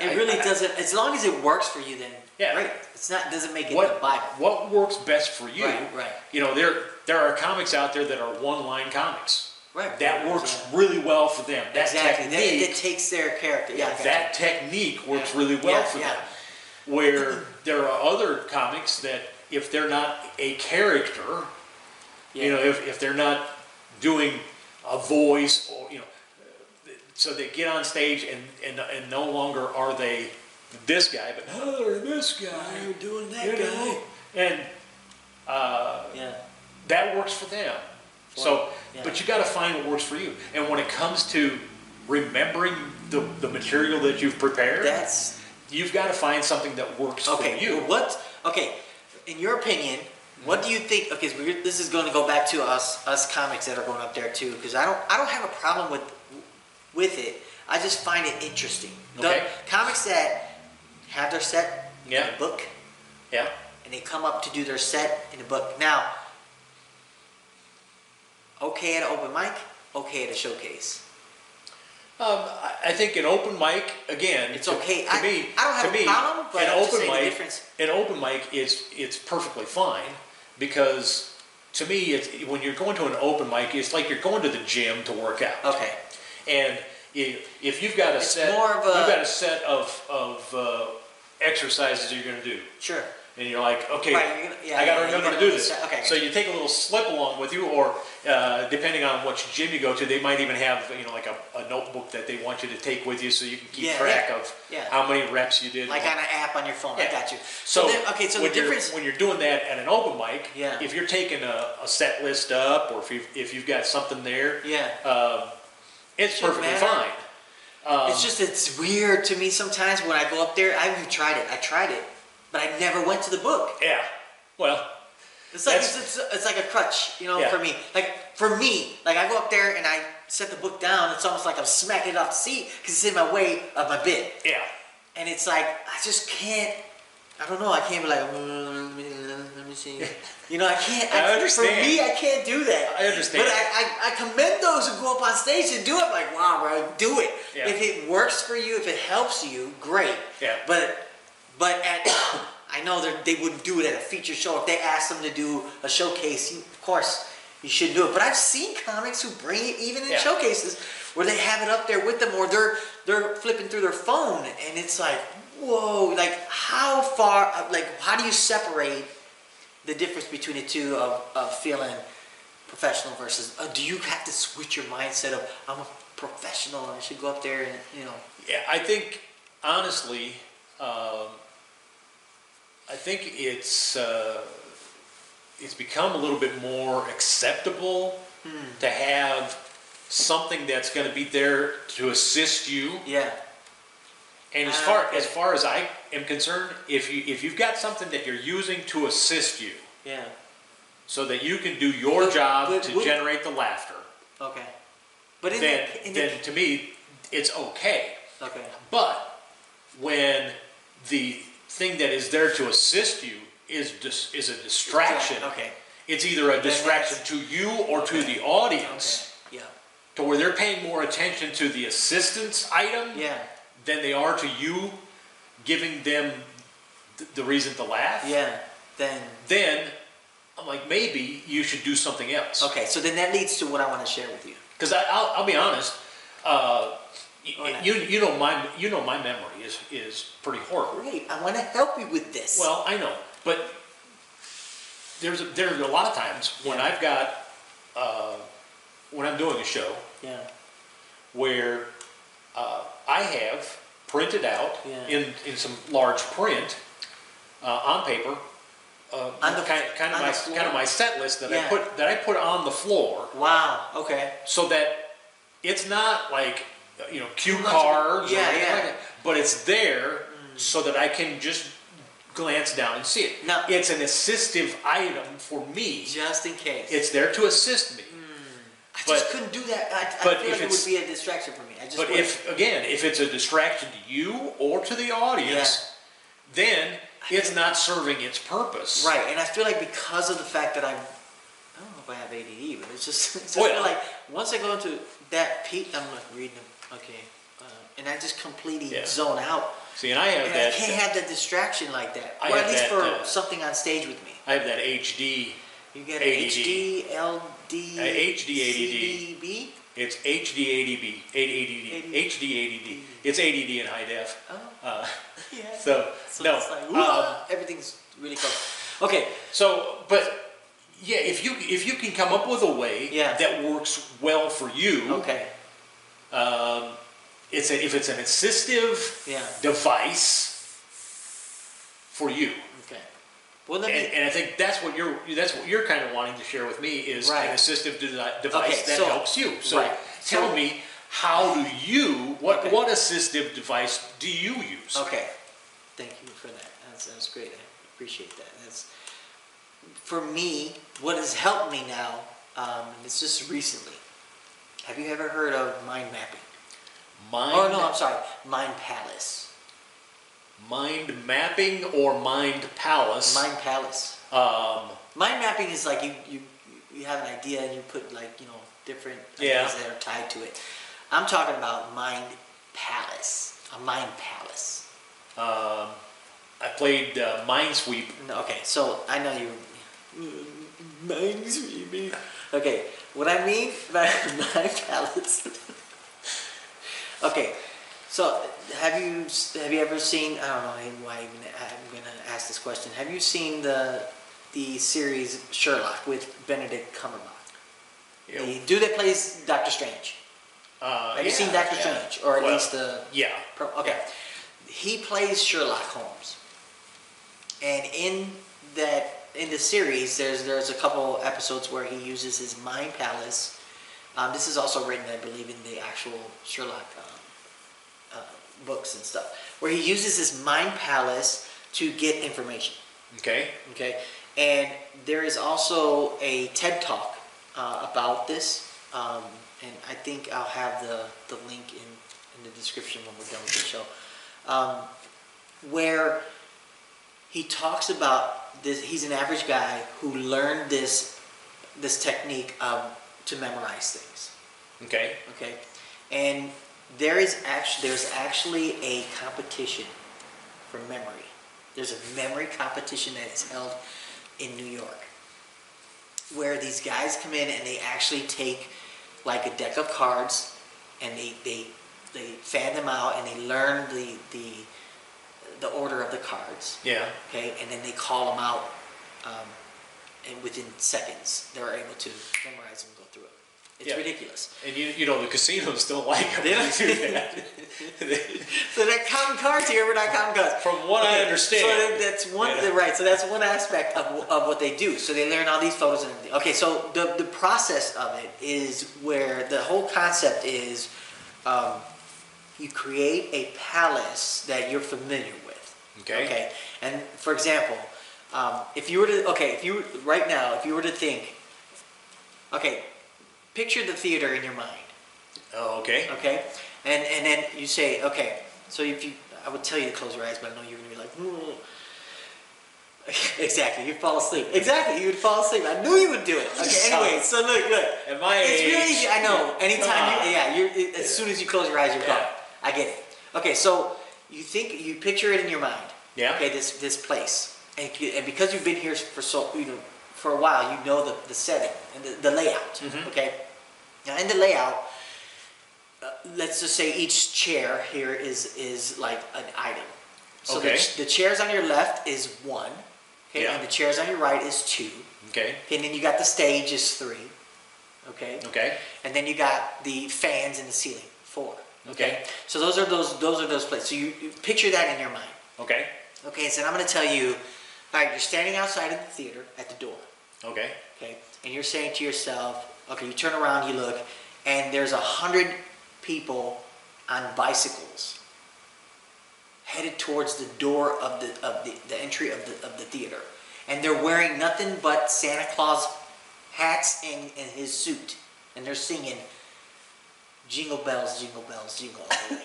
I- It really I- doesn't. As long as it works for you, then Yeah. Right. It's not. Doesn't make it the what Bible. what works best for you? Right, right. You know, there there are comics out there that are one line comics. Right. That works really well for them. That exactly. That, technique, that takes their character. Yeah. I got that technique works really well Yeah, for yeah. them. Where there are other comics that if they're not a character, Yeah. you know, if, if they're not doing a voice or you know, so they get on stage and and, and no longer are they this guy, but oh, they're this guy, You're doing that you know, and guy. Yeah. that works for them. So, yeah. but you got to find what works for you. And when it comes to remembering the, the material that you've prepared, That's you've got to find something that works Okay, for you. well, what? Okay, in your opinion, what do you think? Okay, so we're, this is going to go back to us, us comics that are going up there too, because I don't, I don't have a problem with, with it. I just find it interesting. Okay. The comics that have their set, Yeah. in a book, Yeah. and they come up to do their set in a book. Now, okay at an open mic, okay at a showcase. Um, I, I think an open mic again. It's to- okay. To I- me, I don't have to a me, problem, but an I'm just open saying the mic, difference. an open mic is it's perfectly fine because to me, it's, when you're going to an open mic, it's like you're going to the gym to work out. Okay, And i- if you've got a It's set, more of a- you've got a set of, of uh, exercises you're going to do, sure. and you're like, okay, Right, you're gonna- yeah, I got yeah, to you're remember to gonna do this. set- okay. So you take a little slip along with you, or uh, depending on which gym you go to, they might even have you know like a, a notebook that they want you to take with you, so you can keep Yeah, track yeah, of yeah. how many reps you did. Like on an app on your phone. I Yeah. got you. so, then, okay, so the when you're- difference. when you're doing that at an open mic, Yeah. if you're taking a, a set list up, or if you've, if you've got something there, yeah. Um, it's Shouldn't perfectly matter. fine. It's just it's weird to me sometimes when I go up there. I have tried it. I tried it, but I never went to the book. Yeah. Well, It's like it's, That's- it's, it's like a crutch, you know, Yeah. for me. Like for me, like I go up there and I set the book down. It's almost like I'm smacking it off the seat because it's in my way of my bid, yeah. and it's like I just can't. I don't know. I can't be like. "Mm, let me- let me see." You know, I can't. I understand. For me, I can't do that. I understand. But I, I, I commend those who go up on stage and do it. Like, wow, bro, do it. Yeah. If it works for you, if it helps you, great. Yeah. But, but at, I know that they wouldn't do it at a feature show. If they asked them to do a showcase, you- of course you should do it. But I've seen comics who bring it even in Yeah. showcases where they have it up there with them, or they're they're flipping through their phone, and it's like, whoa, like how far, like how do you separate the difference between the two of, of feeling professional versus uh, do you have to switch your mindset of I'm a professional and I should go up there and you know Yeah, I think honestly, um, I think it's uh, it's become a little bit more acceptable Hmm. to have something that's going to be there to assist you. yeah And as Ah, far okay. as far as I am concerned, if you if you've got something that you're using to assist you, yeah so that you can do your But- job but to would- generate the laughter, okay but in then the, in the, then to me, it's okay. okay But when the thing that is there to assist you is dis- is a distraction, Okay. it's either a distraction that's- to you or to the okay audience, yeah to where they're paying more attention to the assistance item yeah than they are to you giving them th- the reason to laugh. yeah then Then I'm like, maybe you should do something else. okay so then that leads to what I want to share with you Because I'll, I'll be honest, uh, y- Oh, yeah. you you know my you know my memory is is pretty horrible. great I want to help you with this Well, I know, but there's a, there's a lot of times when I've got uh, when I'm doing a show yeah where uh, I have printed out Yeah. in in some large print uh, on paper. Uh, On the- kind, kind of on my the floor. kind of my set list that Yeah. I put that I put on the floor wow okay so that it's not like you know cue much- cards or yeah, anything yeah. like that, but it's there so that I can just glance down and see it. Now- it's an assistive item for me. just in case It's there to assist me. Mm. I but- just couldn't do that I, I but feel if like it would it's- be a distraction for me I just But wouldn't. if again, if it's a distraction to you or to the audience, then it's not serving its purpose. Right, and I feel like because of the fact that I'm, I don't know if I have ADD, but it's just, it's just I feel Well- like once I go into that peak, I'm like reading them, okay, uh, and I just completely Yeah. zone out, See, and I have and I that. can't have that distraction like that, I or at have least that, for uh, something on stage with me. I have that HD You get ADD. HD, LD, Uh, HD, ADD. CDB? It's HD ADB, ADD, ADD. HD ADD. It's ADD in high def. Oh, Uh, yeah. so So no, it's like, um, "Whoa," everything's really close. Okay, so but yeah, if you if you can come up with a way Yeah. that works well for you, okay, um, it's a, if it's an assistive Yeah. device for you. okay. Well, let And, me, and I think that's what you're that's what you're kind of wanting to share with me is Right. an assistive de- device Okay, that so- helps you. So right. tell So- me how do you what Okay. what assistive device do you use? Okay, thank you for that. That's, that's great. I appreciate that. That's for me. What has helped me now? Um, it's just recently. Have you ever heard of mind mapping? Mind Oh no, I'm sorry, Mind Palace. mind mapping or mind palace. Mind Palace. um, Mind mapping is like you, you you have an idea and you put like you know different Yeah. ideas that are tied to it. I'm talking about Mind Palace. A Mind Palace. um, I played uh, Minesweep. No, okay, so I know you. Mine's mean. Okay, what I mean by my palace. okay, so have you have you ever seen? I don't know why even I'm gonna ask this question. Have you seen the the series Sherlock with Benedict Cumberbatch? The dude that plays Doctor Strange. Uh, Have you seen Doctor Strange, or at Well, least the Yeah. Pro- Okay. He plays Sherlock Holmes. And in that in the series, there's there's a couple episodes where he uses his mind palace. Um, this is also written, I believe, in the actual Sherlock um, uh, books and stuff, where he uses his mind palace to get information. Okay. Okay, and there is also a TED Talk uh, about this, um, and I think I'll have the, the link in, in the description when we're done with the show, um, where he talks about this. He's an average guy who learned this this technique um, to memorize things Okay. okay and there is actually there's actually a competition for memory there's a memory competition that's held in new york where these guys come in and they actually take like a deck of cards and they they they fan them out and they learn the the the order of the cards Yeah. okay, and then they call them out, um, and within seconds they're able to memorize them and go through it. It's Yeah. ridiculous. And you, you know the casinos don't like it when They you do that. So they're counting cards here, we're not counting cards. From what I understand. So that- that's one, Yeah. right? So that's one aspect of, of what they do. So they learn all these photos and everything. Okay, so the the process of it is where the whole concept is, um, you create a palace that you're familiar with. Okay. Okay. And for example, um, if you were to okay, if you were- right now, if you were to think, okay, picture the theater in your mind Oh, okay. okay? And and then you say, okay. So if you, I would tell you to close your eyes, but I know you're gonna be like, "Mm." exactly. You'd fall asleep. Exactly, you would fall asleep. I knew you would do it. Okay. Stop. Anyway, so look, look. At my it's really age, easy. I know. come Anytime, on. you, yeah. You're, it- as soon as you close your eyes, you're Yeah. gone. I get it. Okay, so you think you picture it in your mind. Yeah. Okay, this this place, and, you- and because you've been here for so you know for a while, you know the, the setting and the, the layout. Mm-hmm. Okay. Now in the layout, uh, let's just say each chair here is is like an item. So the, Okay. ch- the chairs on your left is one, okay, Yeah. and the chairs on your right is two, Okay. and then you got the stage is three, okay, Okay. and then you got the fans and the ceiling four. Okay. So those are those those are those places. So you, you picture that in your mind, Okay. okay? So I'm going to tell you, all right, you're standing outside of the theater at the door, Okay. okay, and you're saying to yourself, okay, you turn around, you look, and there's a hundred people on bicycles headed towards the door of the of the, the entry of the of the theater, and they're wearing nothing but Santa Claus hats and, and his suit, and they're singing jingle bells, jingle bells, jingle all the way.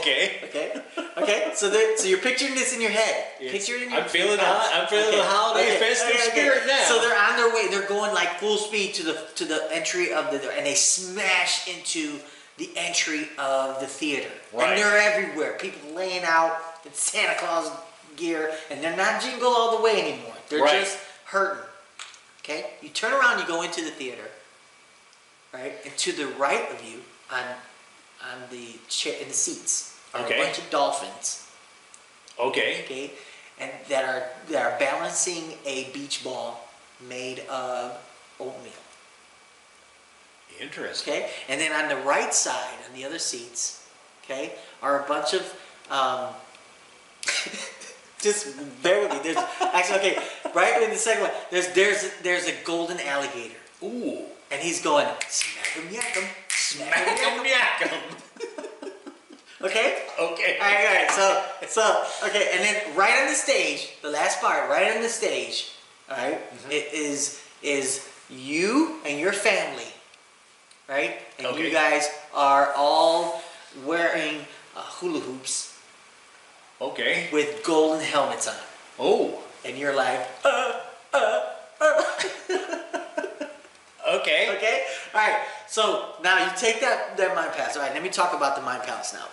Okay. Okay. Okay. So there, so you're picturing this in your head. Yes. Picture it in I'm your feeling the hol- I'm feeling the holiday festive spirit now. So they're on their way. They're going like full speed to the to the entry of the and they smash into the entry of the theater. Right. And they're everywhere. People laying out in Santa Claus gear, and they're not jingle all the way anymore. They're Right. just hurting. Okay? You turn around, you go into the theater, right? And to the right of you, on on the chair in the seats, are Okay. a bunch of dolphins. Okay. Okay, and that are that are balancing a beach ball made of oatmeal. Interesting. Okay, and then on the right side, on the other seats, okay, are a bunch of um, just bear with me. There's actually okay, right in the second one. There's there's there's a golden alligator, Ooh. and he's going smack him, yak him, smack him, yak him. Macum. Okay. Okay. All right, all right. So, so okay, and then right on the stage, the last part, right on the stage, all right, it is is you and your family, right? And Okay. you guys are all wearing uh, hula hoops Okay. with golden helmets on, Oh. and you're like, Okay. okay, all right. So now you take that that mind palace. All right, let me talk about the mind palace now.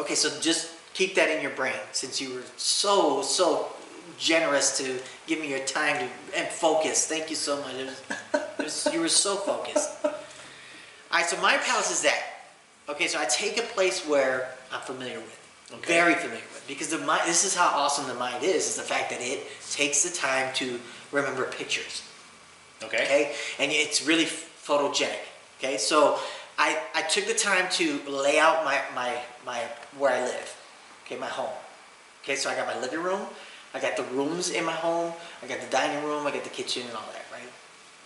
Okay, so just keep that in your brain since you were so so generous to give me your time to, and focus. Thank you so much. It was, it was- you were so focused. All right, so my palace is that. Okay, so I take a place where I'm familiar with, Okay. very familiar with, because the mind. This is how awesome the mind is: is the fact that it takes the time to remember pictures Okay. okay and it's really photogenic okay so i i took the time to lay out my my my where i live okay my home okay so i got my living room i got the rooms in my home i got the dining room i got the kitchen and all that right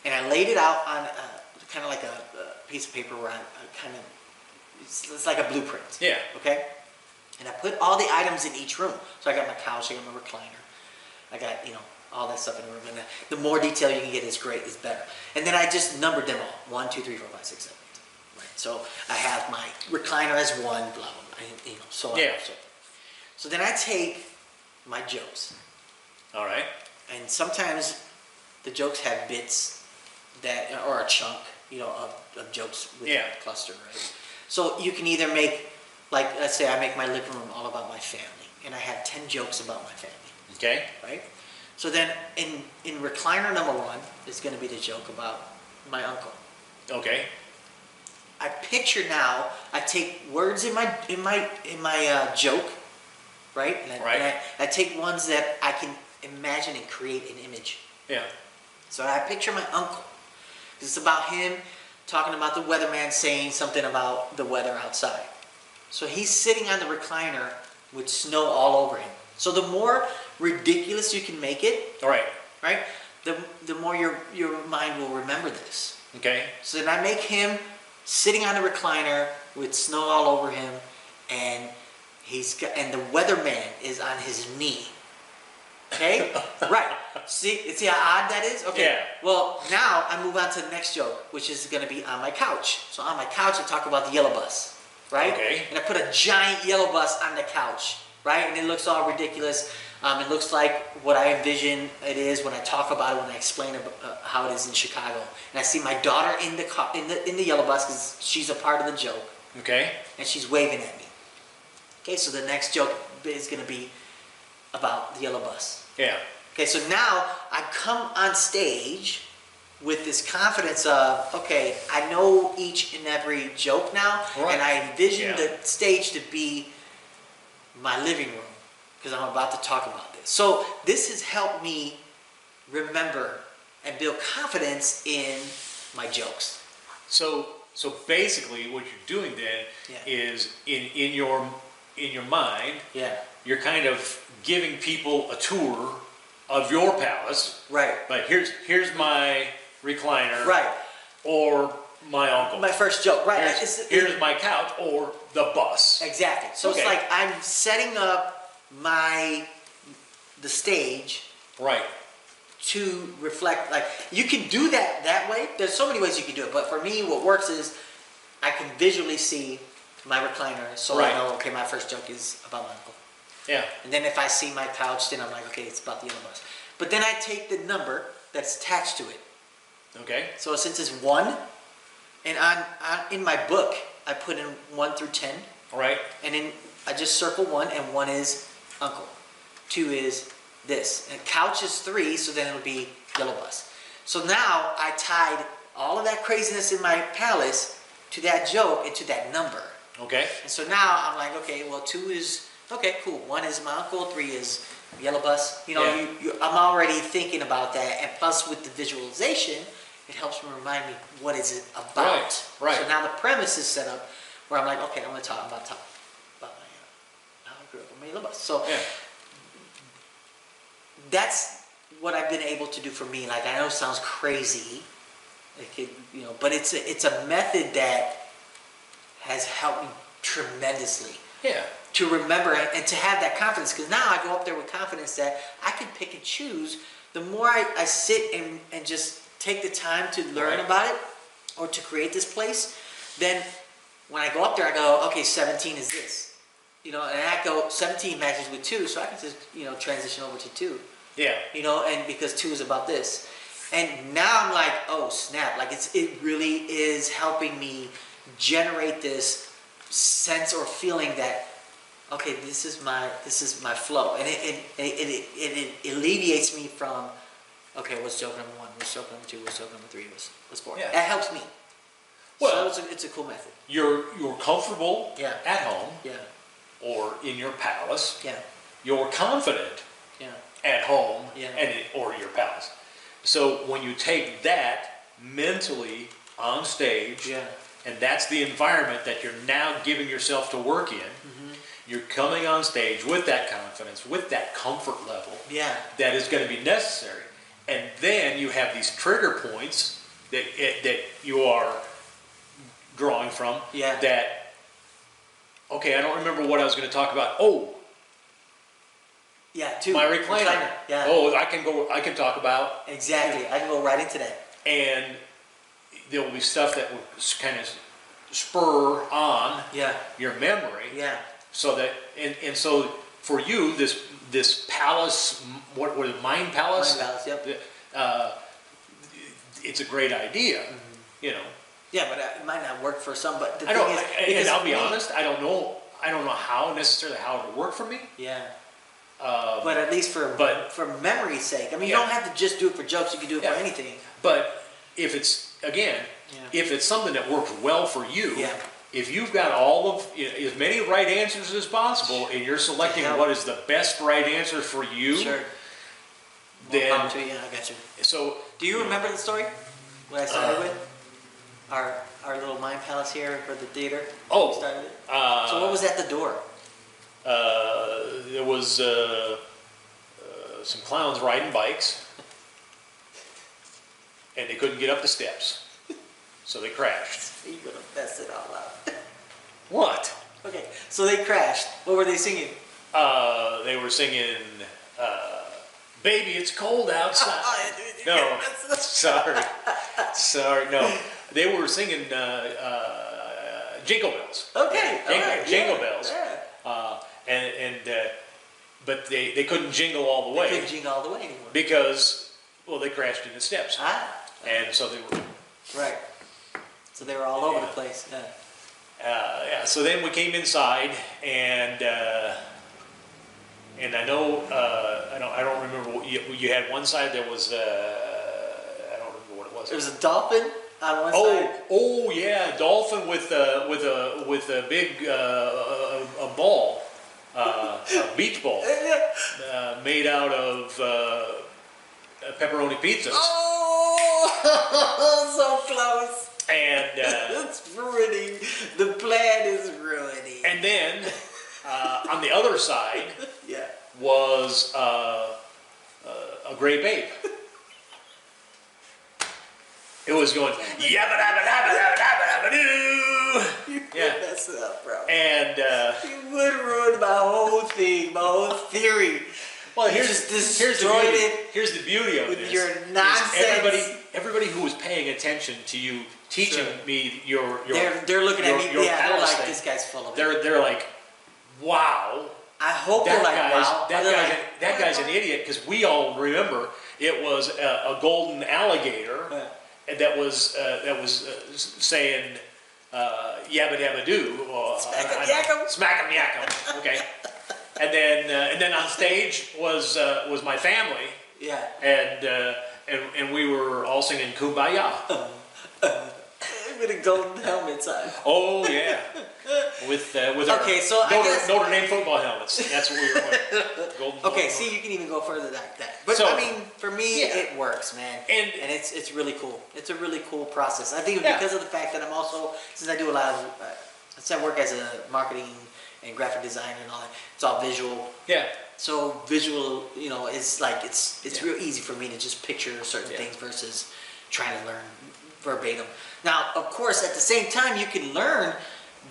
and i laid it out on a, kind of like a, a piece of paper where i, I kind of it's, it's like a blueprint Yeah. okay and I put all the items in each room. So I got my couch, I got my recliner, I got you know all that stuff in the room. And the, the more detail you can get is great, is better. And then I just numbered them all: one, two, three, four, five, six, seven, eight. Right. So I have my recliner as one, blah blah. blah you know, so on. and Yeah. So, forth. so then I take my jokes, All right. and sometimes the jokes have bits that or a chunk, you know, of, of jokes with Yeah. a cluster, right? So you can either make like let's say I make my living room all about my family and I have ten jokes about my family, Okay. right? So then in in recliner number one is gonna be the joke about my uncle. Okay. I picture now. I take words in my in my in my uh, joke, right? And I, Right. And I, I take ones that I can imagine and create an image. Yeah. So I picture my uncle. It's about him talking about the weatherman saying something about the weather outside. So he's sitting on the recliner with snow all over him. So the more ridiculous you can make it, All right. right? The, the more your, your mind will remember this. Okay. So then I make him sitting on the recliner with snow all over him, and he's got, and the weatherman is on his knee. Okay, right. See, see how odd that is. Okay. Yeah. Well, now I move on to the next joke, which is going to be on my couch. So on my couch, I talk about the yellow bus, right? Okay. And I put a giant yellow bus on the couch, right? And it looks all ridiculous. Um, it looks like what I envision it is when I talk about it, when I explain ab- uh, how it is in Chicago. And I see my daughter in the car, in the in the yellow bus because she's a part of the joke, Okay. and she's waving at me. Okay, so the next joke is going to be about the yellow bus. Yeah. Okay, so now I come on stage with this confidence of, okay, I know each and every joke now, Right. and I envision Yeah. the stage to be my living room because I'm about to talk about this. So this has helped me remember and build confidence in my jokes. So so basically, what you're doing then Yeah. is in in your in your mind, Yeah. you're kind of giving people a tour of your palace. Right. Like here's here's my recliner. Right. uh, Or my uncle. My first joke, right? here's, It's- here's my couch or the bus. Exactly. So Okay. it's like I'm setting up my the stage Right. to reflect like you can do that that way there's so many ways you can do it but for me what works is i can visually see my recliner so Right. i know okay my first joke is about my uncle Yeah. and then if i see my couch then i'm like okay it's about the other bus but then i take the number that's attached to it Okay. so since it's one and on, on in my book i put in one through ten All right. and then I just circle one, and one is uncle. Two is this. And couch is three, so then it'll be yellow bus. So now I tied all of that craziness in my palace to that joke and to that number. Okay. And so now I'm like, okay, well, two is okay, cool. One is my uncle. Three is yellow bus. You know, Yeah. you, you, I'm already thinking about that, and plus with the visualization, it helps me remind me what is it about. Right, right. So now the premise is set up where I'm like, okay, I'm gonna talk about top about my uh, how I grew up with my yellow bus. So Yeah. that's what I've been able to do for me. Like I know it sounds crazy, it could, you know, but it's a, it's a method that has helped me tremendously Yeah. to remember it and to have that confidence because now I go up there with confidence that I can pick and choose. The more I, I sit and, and just take the time to learn Right. about it or to create this place, then when I go up there, I go, okay, 17 is this. You know, and I go, 17 matches with two, so I can just, you know, transition over to two Yeah. you know, and because two is about this. And now I'm like, oh snap, like it's it really is helping me generate this sense or feeling that okay, this is my this is my flow. And it it it, it, it, it alleviates me from okay, what's joke number one, what's joke number two, what's joke number three, what's what's four. Yeah. That helps me. Well Well- so it's a, it's a cool method. You're you're comfortable Yeah. at home Yeah, or in your palace. yeah, You're confident yeah. at home Yeah. and or your palace. So when you take that mentally on stage, Yeah. and that's the environment that you're now giving yourself to work in, Mm-hmm. you're coming on stage with that confidence, with that comfort level Yeah. that is going to be necessary, and then you have these trigger points that eh, that you are drawing from. Yeah. That okay, I don't remember what I was going to talk about. Oh, Yeah, two my recliner. Yeah. Oh, I can go. I can talk about, Exactly. I can go right into that. and there will be stuff that will kind of spur on Yeah. your memory. Yeah. So that and and so for you, this this palace, what what mind palace? Mind palace, yep. Uh, it's a great idea. You know, Yeah, but uh, it might not work for some. But Mm-hmm. the I thing don't. is, and- because and I'll be me- honest. I don't know. I don't know how necessarily how it would work for me. Yeah. but at least for Um, but- for memory's sake, I mean, you Yeah. don't have to just do it for jokes. You can do it Yeah. for anything. But if it's again, Yeah. if it's something that works well for you, Yeah. if you've got all of you know, as many right answers as possible, and you're selecting Yeah. what is the best right answer for you, Sure. then Well, to you. Yeah, I got you. so Do you remember the story? What I started Uh, with? Our our little mind palace here for the theater. Oh, Started it. uh, so what was at the door? uh, there was uh, uh, some clowns riding bikes, and they couldn't get up the steps, so they crashed. You're gonna mess it all up. What? okay. So they crashed. What were they singing? Uh, they were singing, uh, "Baby, it's cold outside." No, sorry, sorry, no. They were singing uh, uh, "Jingle Bells." Okay. all Jingle, right, jingle yeah, bells. Yeah. Uh, and and uh, but they, they couldn't jingle all the way Couldn't jingle all the way anymore. because well they crashed into steps ah. and so they were Right. So they were all over the place. Yeah. uh, yeah so then we came inside and uh, and I know uh, I don't I don't remember what you, you had one side that was uh, I don't remember what it was It was a dolphin on one oh side. oh yeah dolphin with a with a with a big uh, a, a ball uh, a beach ball uh, made out of uh, pepperoni pizzas Oh, so close. and. Uh, It's ruining. The plan is ruining. And then uh, on the other side Yeah. was uh, uh, a gray ape. It was going yabba dabba dabba dabba dabba dabba doo. You Yeah. would mess it up, bro. And uh, You would ruin my whole thing, my whole theory. well, You here's just here's the destroyed beauty. it Here's the beauty of with this. your is nonsense. Everybody, everybody who was paying attention to you teaching Sure. me your your They're, they're looking your- at me. your Yeah, they're palace like, thing, this guy's full of it. They're they're like, wow, I hope they're That like, guy's, wow. that, They're guy's like, an, that guy's an idiot because we all remember it was a, a golden alligator Yeah. and that was uh, that was uh, s- saying uh, yabba dabba doo. Uh, Smack 'em, I- I- yak 'em. Smack 'em, yak 'em. Okay. and then uh, and then on stage was uh, was my family Yeah. and uh, and, and we were all singing Kumbaya. With a golden helmet on. Oh yeah, with uh, with our Okay, so I Notre, guess- Notre Dame football helmets. That's what we were wearing. Golden Okay, football. see, you can even go further than that. But So- I mean, for me, Yeah. it works, man. And- and it's it's really cool. It's a really cool process. I think Yeah. because of the fact that I'm also since I do a lot of uh, since I work as a marketing and graphic designer and all that, it's all visual. Yeah, So visual, you know, is like it's it's Yeah. real easy for me to just picture certain Yeah. things versus trying to learn verbatim. Now, of course, at the same time, you can learn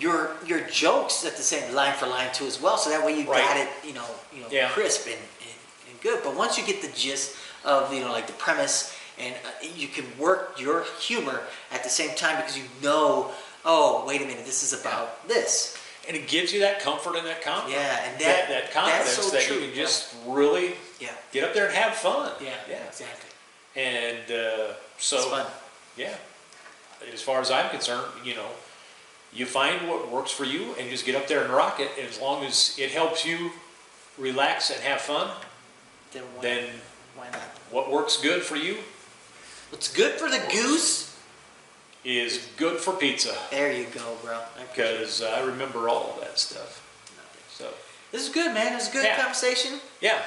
your your jokes at the same line for line too as well. So that way you Right. got it, you know, you know, Yeah. crisp and, and, and good. But once you get the gist of you know like the premise, and uh, you can work your humor at the same time because you know, oh wait a minute, this is about this. and it gives you that comfort and that confidence. Yeah, and that, that- that that's confidence so that true, you can just really Yeah. get up there and have fun. Yeah. yeah, Exactly. and uh, so it's fun. yeah. As far as I'm concerned, you know, you find what works for you and just get up there and rock it. And as long as it helps you relax and have fun, Then why, then why not? what works good for you What's good for the goose? is good for pizza. There you go, bro. I appreciate it. Because I remember all of that stuff. So This is good, man. It was a good Yeah. conversation. yeah,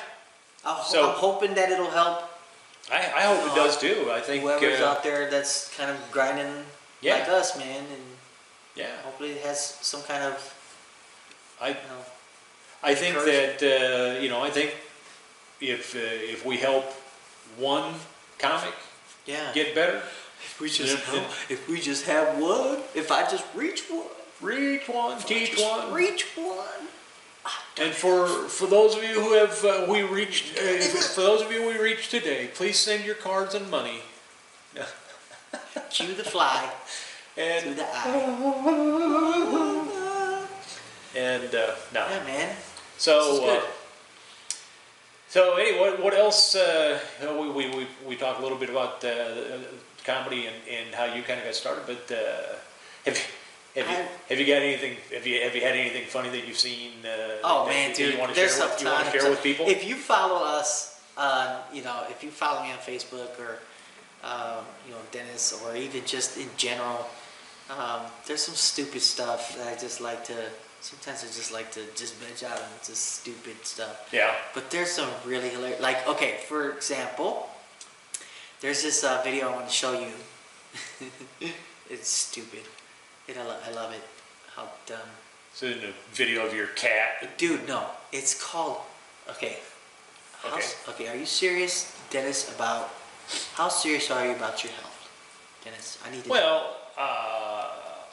I'll, So- I'm hoping that it'll help I, I hope it does too. I think whoever's uh, out there that's kind of grinding Yeah. like us, man, and yeah, hopefully it has some kind of I you know I think that uh, you know I think if uh, if we help one comic yeah. get better, if we just Yeah, yeah. if we just have one, if I just reach one, reach one, teach just one. reach one. And for, for those of you who have uh, we reached, uh, for those of you we reached today, please send your cards and money. Cue the fly to And the eye. and uh, no, Yeah, man. This is so good. uh, so anyway, what, what else? Uh, you know, we, we we we talked a little bit about uh, comedy and, and how you kind of got started, but uh, have you, have you I- have you got anything? Have you have you had anything funny that you've seen? Uh, Oh that, man, that dude, you want to there's share, some with, you wanna time. share with people? If you follow us, um, you know, if you follow me on Facebook or um, you know Dennis or even just in general, um, there's some stupid stuff that I just like to. Sometimes I just like to just veg out on just stupid stuff. yeah, But there's some really hilarious. Like okay, for example, there's this uh, video I want to show you. it's stupid. It, I, lo- I love it. How dumb. so in a video of your cat. Dude, no. It's called. Okay. How, Okay. okay. Are you serious, Dennis? About how serious are you about your health, Dennis? I need to. Well, uh,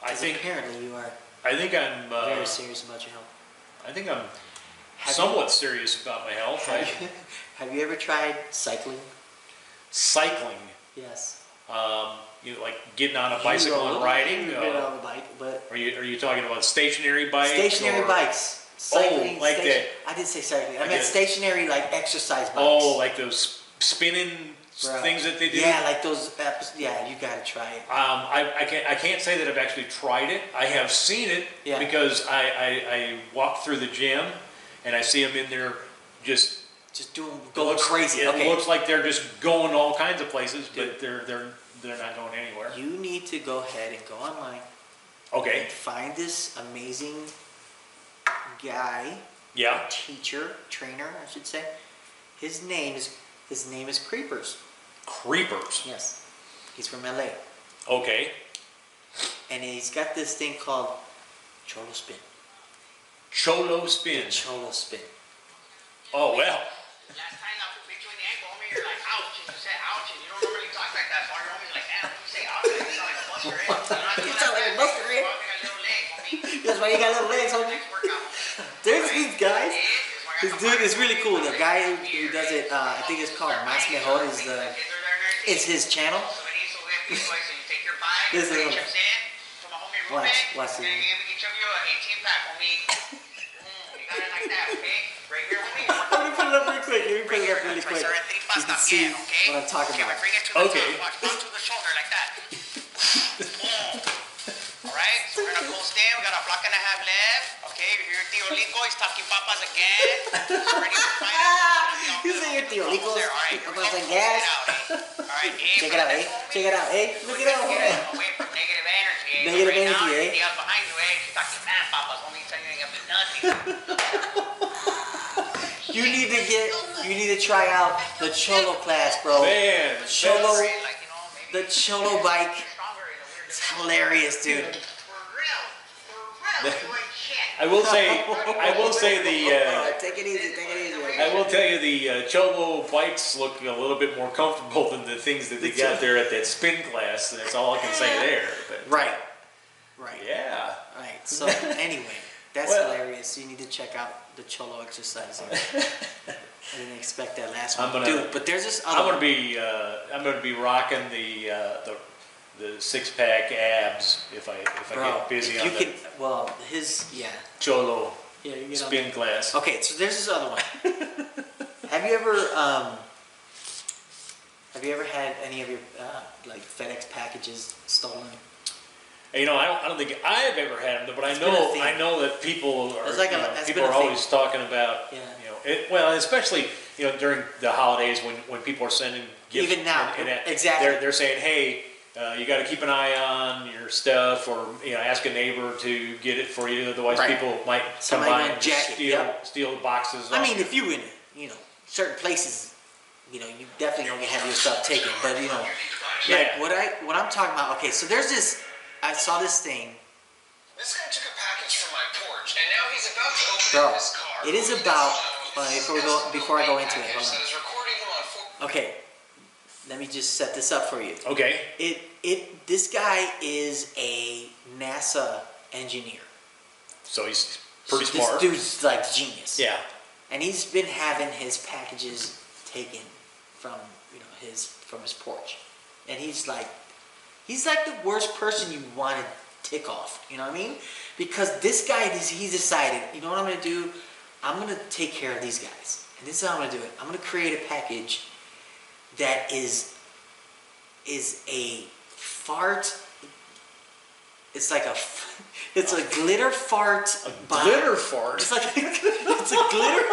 I 'cause think apparently you are I think I'm uh, very serious about your health. I think I'm Have somewhat serious about my health. You, I, have, you, have you ever tried cycling? cycling, Yes. um, you know, like getting on a bicycle You and rode- riding. you uh, rode on the bike, but Are you are you talking about stationary bikes? stationary or- bikes. Oh, Cycling, like station- I didn't say cycling. I, Like meant a- stationary, like exercise bikes. Oh, like those spinning s- Bruh. things that they do. Yeah, like those. epis- Yeah, you gotta try it. Um, I, I can't I can't say that I've actually tried it. I have seen it Yeah. because I, I I walk through the gym and I see them in there just Just do go looks- crazy. It okay. looks like they're just going all kinds of places, but Dude. they're they're they're not going anywhere. You need to go ahead and go online Okay. and find this amazing guy, Yeah. teacher, trainer, I should say. His name is his name is Creepers. Creepers. Yes. He's from LA. Okay. And he's got this thing called Cholo Spin. Cholo spin. Cholo Spin. Oh well. Last time I put you in the ankle, homie, you're like, ouch, and you said ouch, and you don't normally talk like that, so your homie's like, damn, you say ouch, you sound like a buster, eh? You sound like a buster, eh? You walk like a little leg, homie. That's why you got little legs, homie. Next workout. There's these guys. This dude is really cool. The guy who, who does it, uh, I think it's called Mas Mejor, is the, it's his channel. So it is so we have these boys, so you take your pie, This is- you put chips in, from a homie room Watch, bag, watch and it. you give each of you an 18 pack, homie. Mm, you got it like that, okay? Right here, homie. Work Let me put it up real quick. Let me put it up really quick. So you can see what I'm talking about. Bring it to the Okay. top. Watch, down to the shoulder like that. All right. So we're gonna coast in. We got a block and a half left. Okay. You're here, Tio Lico. He's talking papas again. Ready for final. You say your your Almost nickels, there. All your right, here we nickels and go. Check it gas. out, eh? All right, eh, Check but it out, at eh? this moment, Check it out, eh? Look we it gotta get out. Away from negative energy, eh? Negative right energy, eh? now, everything else behind you, eh? She's talking, man, Papa's only telling you up to nothing. You need to get, you need to try out the Cholo class, bro. Man, Cholo, that's- Like, you know, maybe the Cholo bike, stronger is a weird it's hilarious, dude. For real. For real, you ain't shit. I will say, I will say the, Uh, take it easy, take it easy. uh, man. I will tell you the uh, Cholo bikes look a little bit more comfortable than the things that they got there at that spin class. That's all I can say there. But Right, right, yeah, right. So anyway, that's Well- hilarious. You need to check out the Cholo exercise. I didn't expect that last I'm one, gonna- dude. But there's this I'm other. gonna be, uh, I'm gonna be rocking the uh, the, the six pack abs if I if I bro, get busy if you on the can, well, his yeah, Cholo yeah, you get on spin class. Okay, so there's this other one. have you ever um, have you ever had any of your uh, like FedEx packages stolen? You know, I don't, I don't think I've ever had them, but I It's been a know thing. I know that people are It's like a- you know, that's people been are a thing. always talking about Yeah. you know it, well, especially you know during the holidays when, when people are sending gifts Even now, and, and exactly. they're, they're saying hey. Uh, you got to keep an eye on your stuff, or you know, ask a neighbor to get it for you. Otherwise, Right. people might Somebody come by might and jack it, steal yep. steal the boxes. I off mean, you. if you in you know certain places, you know you definitely don't have your stuff taken. But you know, yeah, what I what I'm talking about. Okay, so there's this. I saw this thing, This guy took a package from my porch, and now he's about to open bro. It is about uh, before we go before I go into it. Hold is recording him on four. on. Okay, let me just set this up for you. okay, It it this guy is a NASA engineer. so he's pretty this smart. dude's like genius. yeah, And he's been having his packages taken from you know his from his porch, and he's like, he's like the worst person you want to tick off. You know what I mean? Because this guy, this, he decided, you know what I'm gonna do? I'm gonna take care of these guys, and this is how I'm gonna do it. I'm gonna create a package that is is a fart. It's like a, f- it's a glitter fart. bomb. glitter fart. It's like it's a glitter.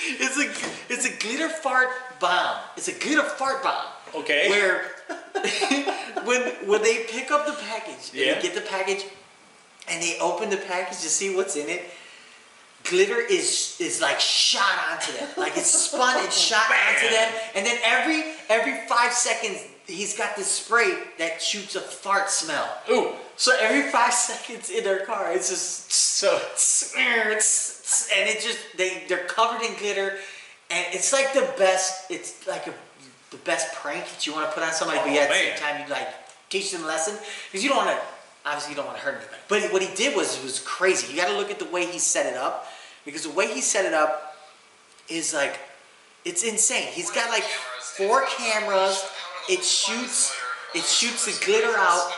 it's a it's a glitter fart bomb. It's a glitter fart bomb. Okay. Where when when they pick up the package, and Yeah. they get the package, and they open the package to see what's in it. Glitter is is like shot onto them, like it's spun and shot onto them, and then every every five seconds he's got this spray that shoots a fart smell. Ooh, So every five seconds in their car, it's just so and it just they they're covered in glitter, and it's like the best. It's like a the best prank that you want to put on somebody, but Oh, yeah, at the man. same time you like teach them a lesson because you don't want to. Obviously, you don't want to hurt anybody. But what he did was was crazy. You got to look at the way he set it up because the way he set it up is like it's insane. He's got like four cameras. It shoots. It shoots the glitter out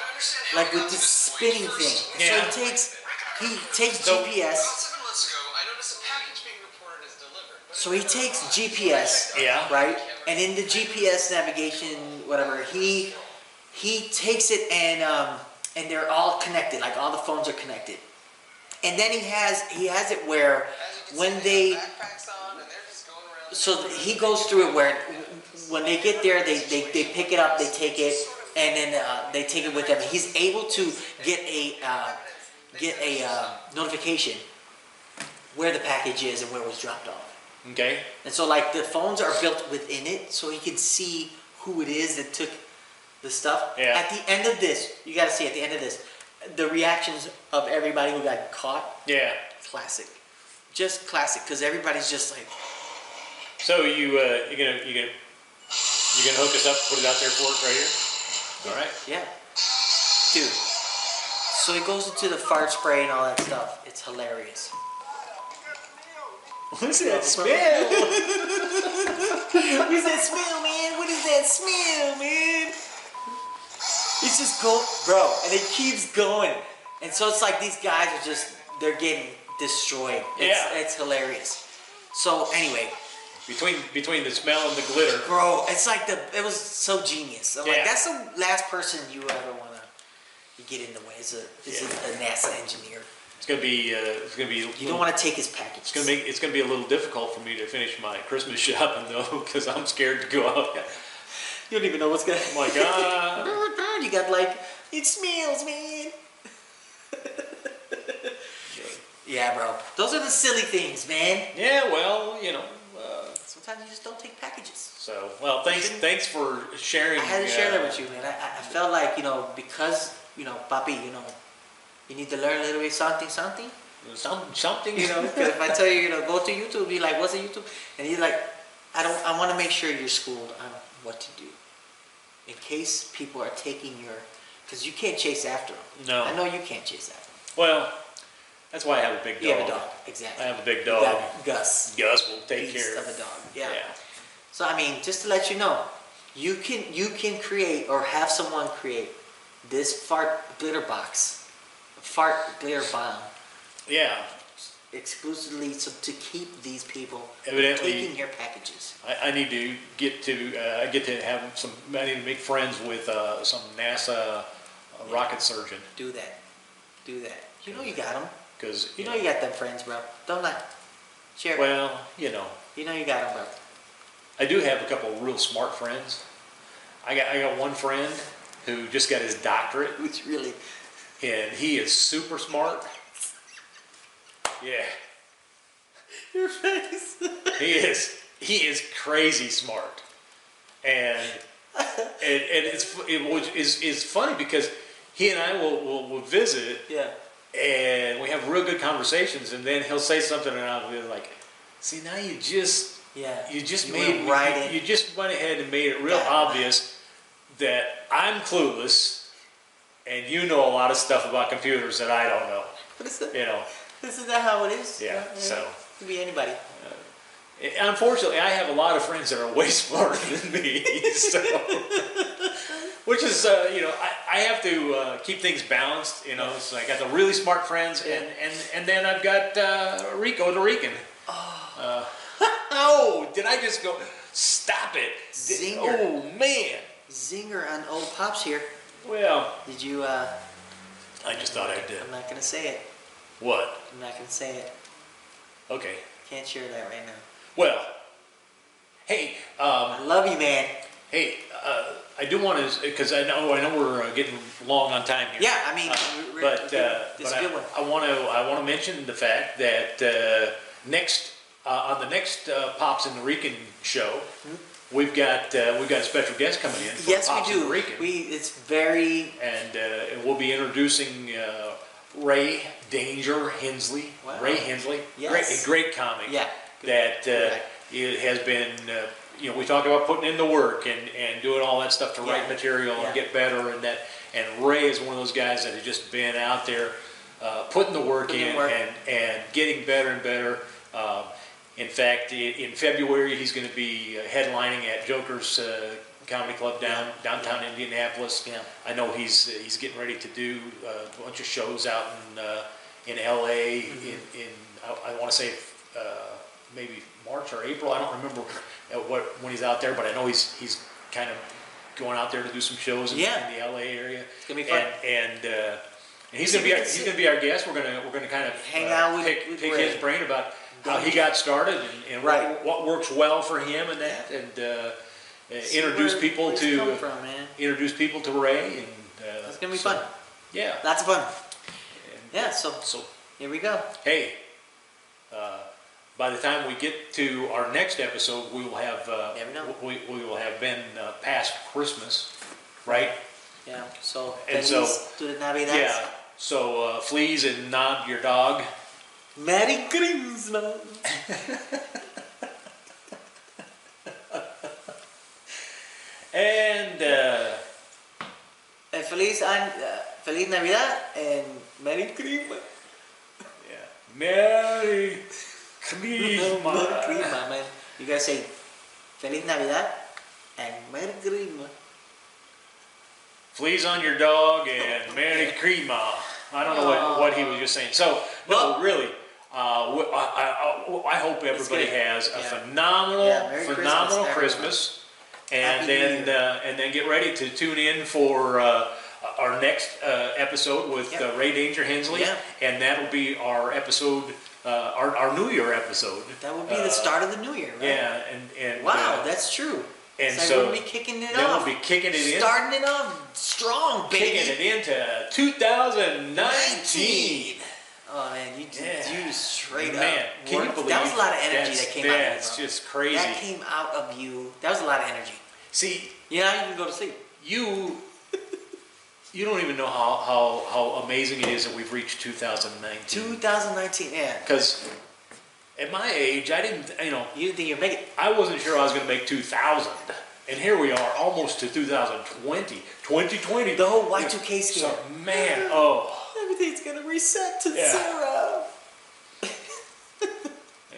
like with this spinning thing. Yeah. So he takes he takes So- GPS. Seven months ago, I noticed a package being reported as delivered. but So it he never takes arrived. GPS, Yeah. right? And in the GPS navigation, whatever, he he takes it and um, and they're all connected, like all the phones are connected. And then he has he has it where As you can see, when they they have backpacks on, and they're just going around. so th- he goes through it where when they get there they, they, they pick it up they take it and then uh, they take it with them he's able to get a uh, get a uh, notification where the package is and where it was dropped off okay, and so like the phones are built within it so he can see who it is that took the stuff. Yeah. At the end of this, you gotta see at the end of this, the reactions of everybody who got caught, yeah. classic. Just classic, because everybody's just like, So you uh, you're gonna you gonna you gonna hook us up, put it out there for us right here. All right. yeah. Dude. So it goes into the fart spray and all that stuff. It's hilarious. What's that What is that smell, man? What is that smell, man? It's just go, bro, and it keeps going, and so it's like these guys are just they're getting destroyed. It's, Yeah. it's hilarious. So anyway, Between between the smell and the glitter. bro, it's like the it was so genius. I'm Yeah. like that's the last person you ever wanna get in the way. Is a is a, a NASA engineer. It's gonna be, uh, it's gonna be. You don't want to take his package. It's gonna make, it's gonna be a little difficult for me to finish my Christmas shopping though, because I'm scared to go out. You don't even know what's gonna. I'm like, ah. you got like it smells, man. yeah, bro. Those are the silly things, man. Yeah, well, you know. Uh, Sometimes you just don't take packages. so, well, thanks, thanks for sharing. I had to share uh, that with you, man. I, I- I felt like, you know, because, you know, papi, you know, you need to learn a little bit something, something. uh, Some, something, You know, 'cause if I tell you, you know, go to YouTube, be like, what's a YouTube? And you're like, I don't, I want to make sure you're schooled on what to do. In case people are taking your, because you can't chase after them. No. I know you can't chase after them. Well, that's why I have a big dog. You have a dog, exactly. I have a big You dog. got Gus. Gus will take beast care of a dog. Yeah. Yeah. So I mean, just to let you know, you can you can create or have someone create this fart glitter box, fart glitter bomb, Yeah, exclusively so to keep these people Evidently- taking your packages. I, I need to get to, uh, I get to have some, I need to make friends with uh, some NASA rocket surgeon. Do that. Do that. You know you got them. Because, You know you got them friends, bro. Don't lie. Share. well, you know, you know you got them, bro. I do have a couple of real smart friends. I got, I got one friend who just got his doctorate, It's really and he is super smart. Yeah, your face. he is. He is crazy smart, and and, and it's it was is is funny because he and I will, will, will visit yeah. and we have real good conversations, and then he'll say something, and I'll be like, "See, now you just Yeah. you just You made went right in. you, just went ahead and made it real Yeah. obvious that I'm clueless, and you know a lot of stuff about computers that I don't know. What is that? You know, Isn't that how it is? Yeah, so. It could be anybody. And unfortunately, I have a lot of friends that are way smarter than me, so. Which is, uh, you know, I, I have to uh, keep things balanced, you know. So I got the really smart friends, and, and, and then I've got uh, Rico the Rican. Uh, Oh. no! Did I just go? Stop it! Did- Zinger. Oh man! Zinger on old pops here. Well, Did you? uh I just thought I did. I'm not gonna say it. What? I'm not gonna say it. Okay. Can't share that right now. Well, hey, um, I love you, man. hey, uh, I do want to because I know I know we're uh, getting long on time here. Yeah, I mean, we're- we're- but uh, it's but a good one. I, I want to I want to mention the fact that uh, next uh, on the next uh, Pops and the Rican show, we've got uh, we've got a special guest coming in. For Mm-hmm. Yes, Pops we and the do. Rican, We. It's very. and uh, and we'll be introducing uh, Ray Danger Hensley. Wow. Ray Hensley, Yes. great, a great comic. Yeah. that uh, Right. it has been. Uh, you know, we talk about putting in the work and, and doing all that stuff to Yeah. write material and Yeah. get better and that. And Ray is one of those guys that has just been out there uh, putting the work Putting in in work. and and getting better and better. Um, in fact, i- in February he's going to be uh, headlining at Joker's uh, Comedy Club down downtown Indianapolis. Yeah. I know he's uh, he's getting ready to do uh, a bunch of shows out in uh, in LA Mm-hmm. in, in I, I want to say uh, maybe March or April. I don't remember uh, what when he's out there, but I know he's he's kind of going out there to do some shows in, Yeah. in the LA area. gonna be fun. And, and uh, and he's gonna be our, he's gonna be our guest. We're gonna we're gonna kind of Hang out with- Uh, pick, with pick Ray. his brain about how he got started and, and Right. what, what works well for him and that, and uh, uh, See introduce where- people where he's to come from, man. introduce people to Ray. And uh, That's gonna be so- fun. Yeah. Lots of fun. And Yeah. So So here we go. hey, uh, by the time we get to our next episode, we will have uh, Never know. we, we will have been uh, past Christmas, right? Yeah. So. And feliz so- de Navidad. Yeah. So uh, fleas and nod your dog. Merry Christmas. And uh, And Eh, feliz and uh, feliz Navidad and Merry Christmas. yeah. Merry Christmas. Merry Christmas, man. You guys say Feliz Navidad and Merry Christmas. Fleas on your dog and Merry Crema. I don't know what, what he was just saying. So, no, Well- really, uh, we- I, I- I, I hope everybody good. has a Yeah. phenomenal, Yeah, Merry phenomenal Christmas, everyone. Christmas. And Happy New then, Year. uh, and then get ready to tune in for uh, uh, our next uh, episode with Yeah. uh, Ray Danger Hensley, Yeah. and that'll be our episode, uh, our, our New Year episode. That would be the Uh, start of the new year, right? Yeah, and and Wow, uh, that's true. and so, so we'll be kicking it then off. we'll be kicking it in. Starting it off strong, baby. kicking it into 2019. Oh man, you just, Yeah. you just straight Man, up. can you worked- believe that was a lot of energy that's- that came out that's of you, bro. just crazy. That came out of you. That was a lot of energy. See, You know, you can go to sleep. you you don't even know how, how, how amazing it is that we've reached 2019. 2019, yeah. Because at my age, I didn't, you know, You didn't think you'd make it. I wasn't sure I was going to make 2000. And here we are, almost to 2020. 2020. The whole Y2K scare. So, man, oh. Everything's gonna reset to Yeah. zero.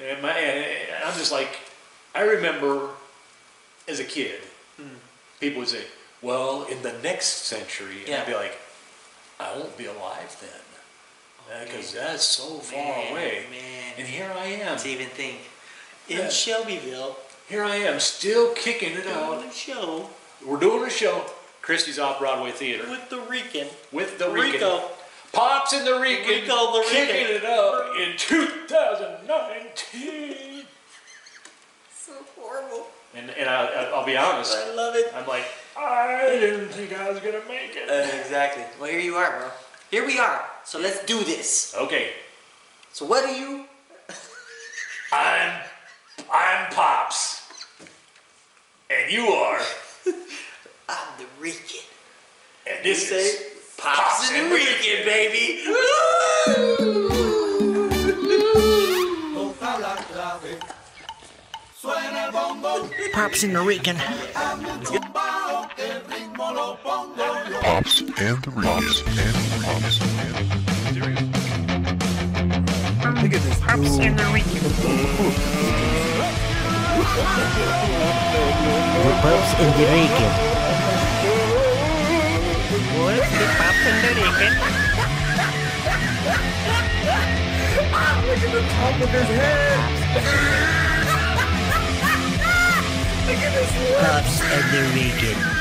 And, my, and I'm just like, I remember as a kid, Hmm. people would say, well, in the next century. And Yeah. I'd be like, I won't be alive then. Because that's so far Oh, Man, away. man. And here I am. To even think. In Yeah. Shelbyville, Here I am, still kicking it out. on a show We're doing a show, Christie's Off Broadway Theater. with the Rican. with the Rican. Rico. Pops and the Rican Rico the Rican. kicking it up in 2019. So horrible. And, and I, I- I'll be honest, I love it. I'm like, I didn't think I was going to make it. Uh, exactly. Well, here you are, bro. Here we are. So let's do this. Okay, So what do you? I'm, I'm Pops. And you are, I'm the Rican. and this You say, is Pops and Rican, baby. toca la clave. Suena el bombo, Pops in the Rican. tumbao, que el ritmo lo pongo yo. Pops and the Reels and Pops and Look at this. Pops in the Rican. Pops and the Rican. Wolf, the Pops in the Rican. Pops and the Rican.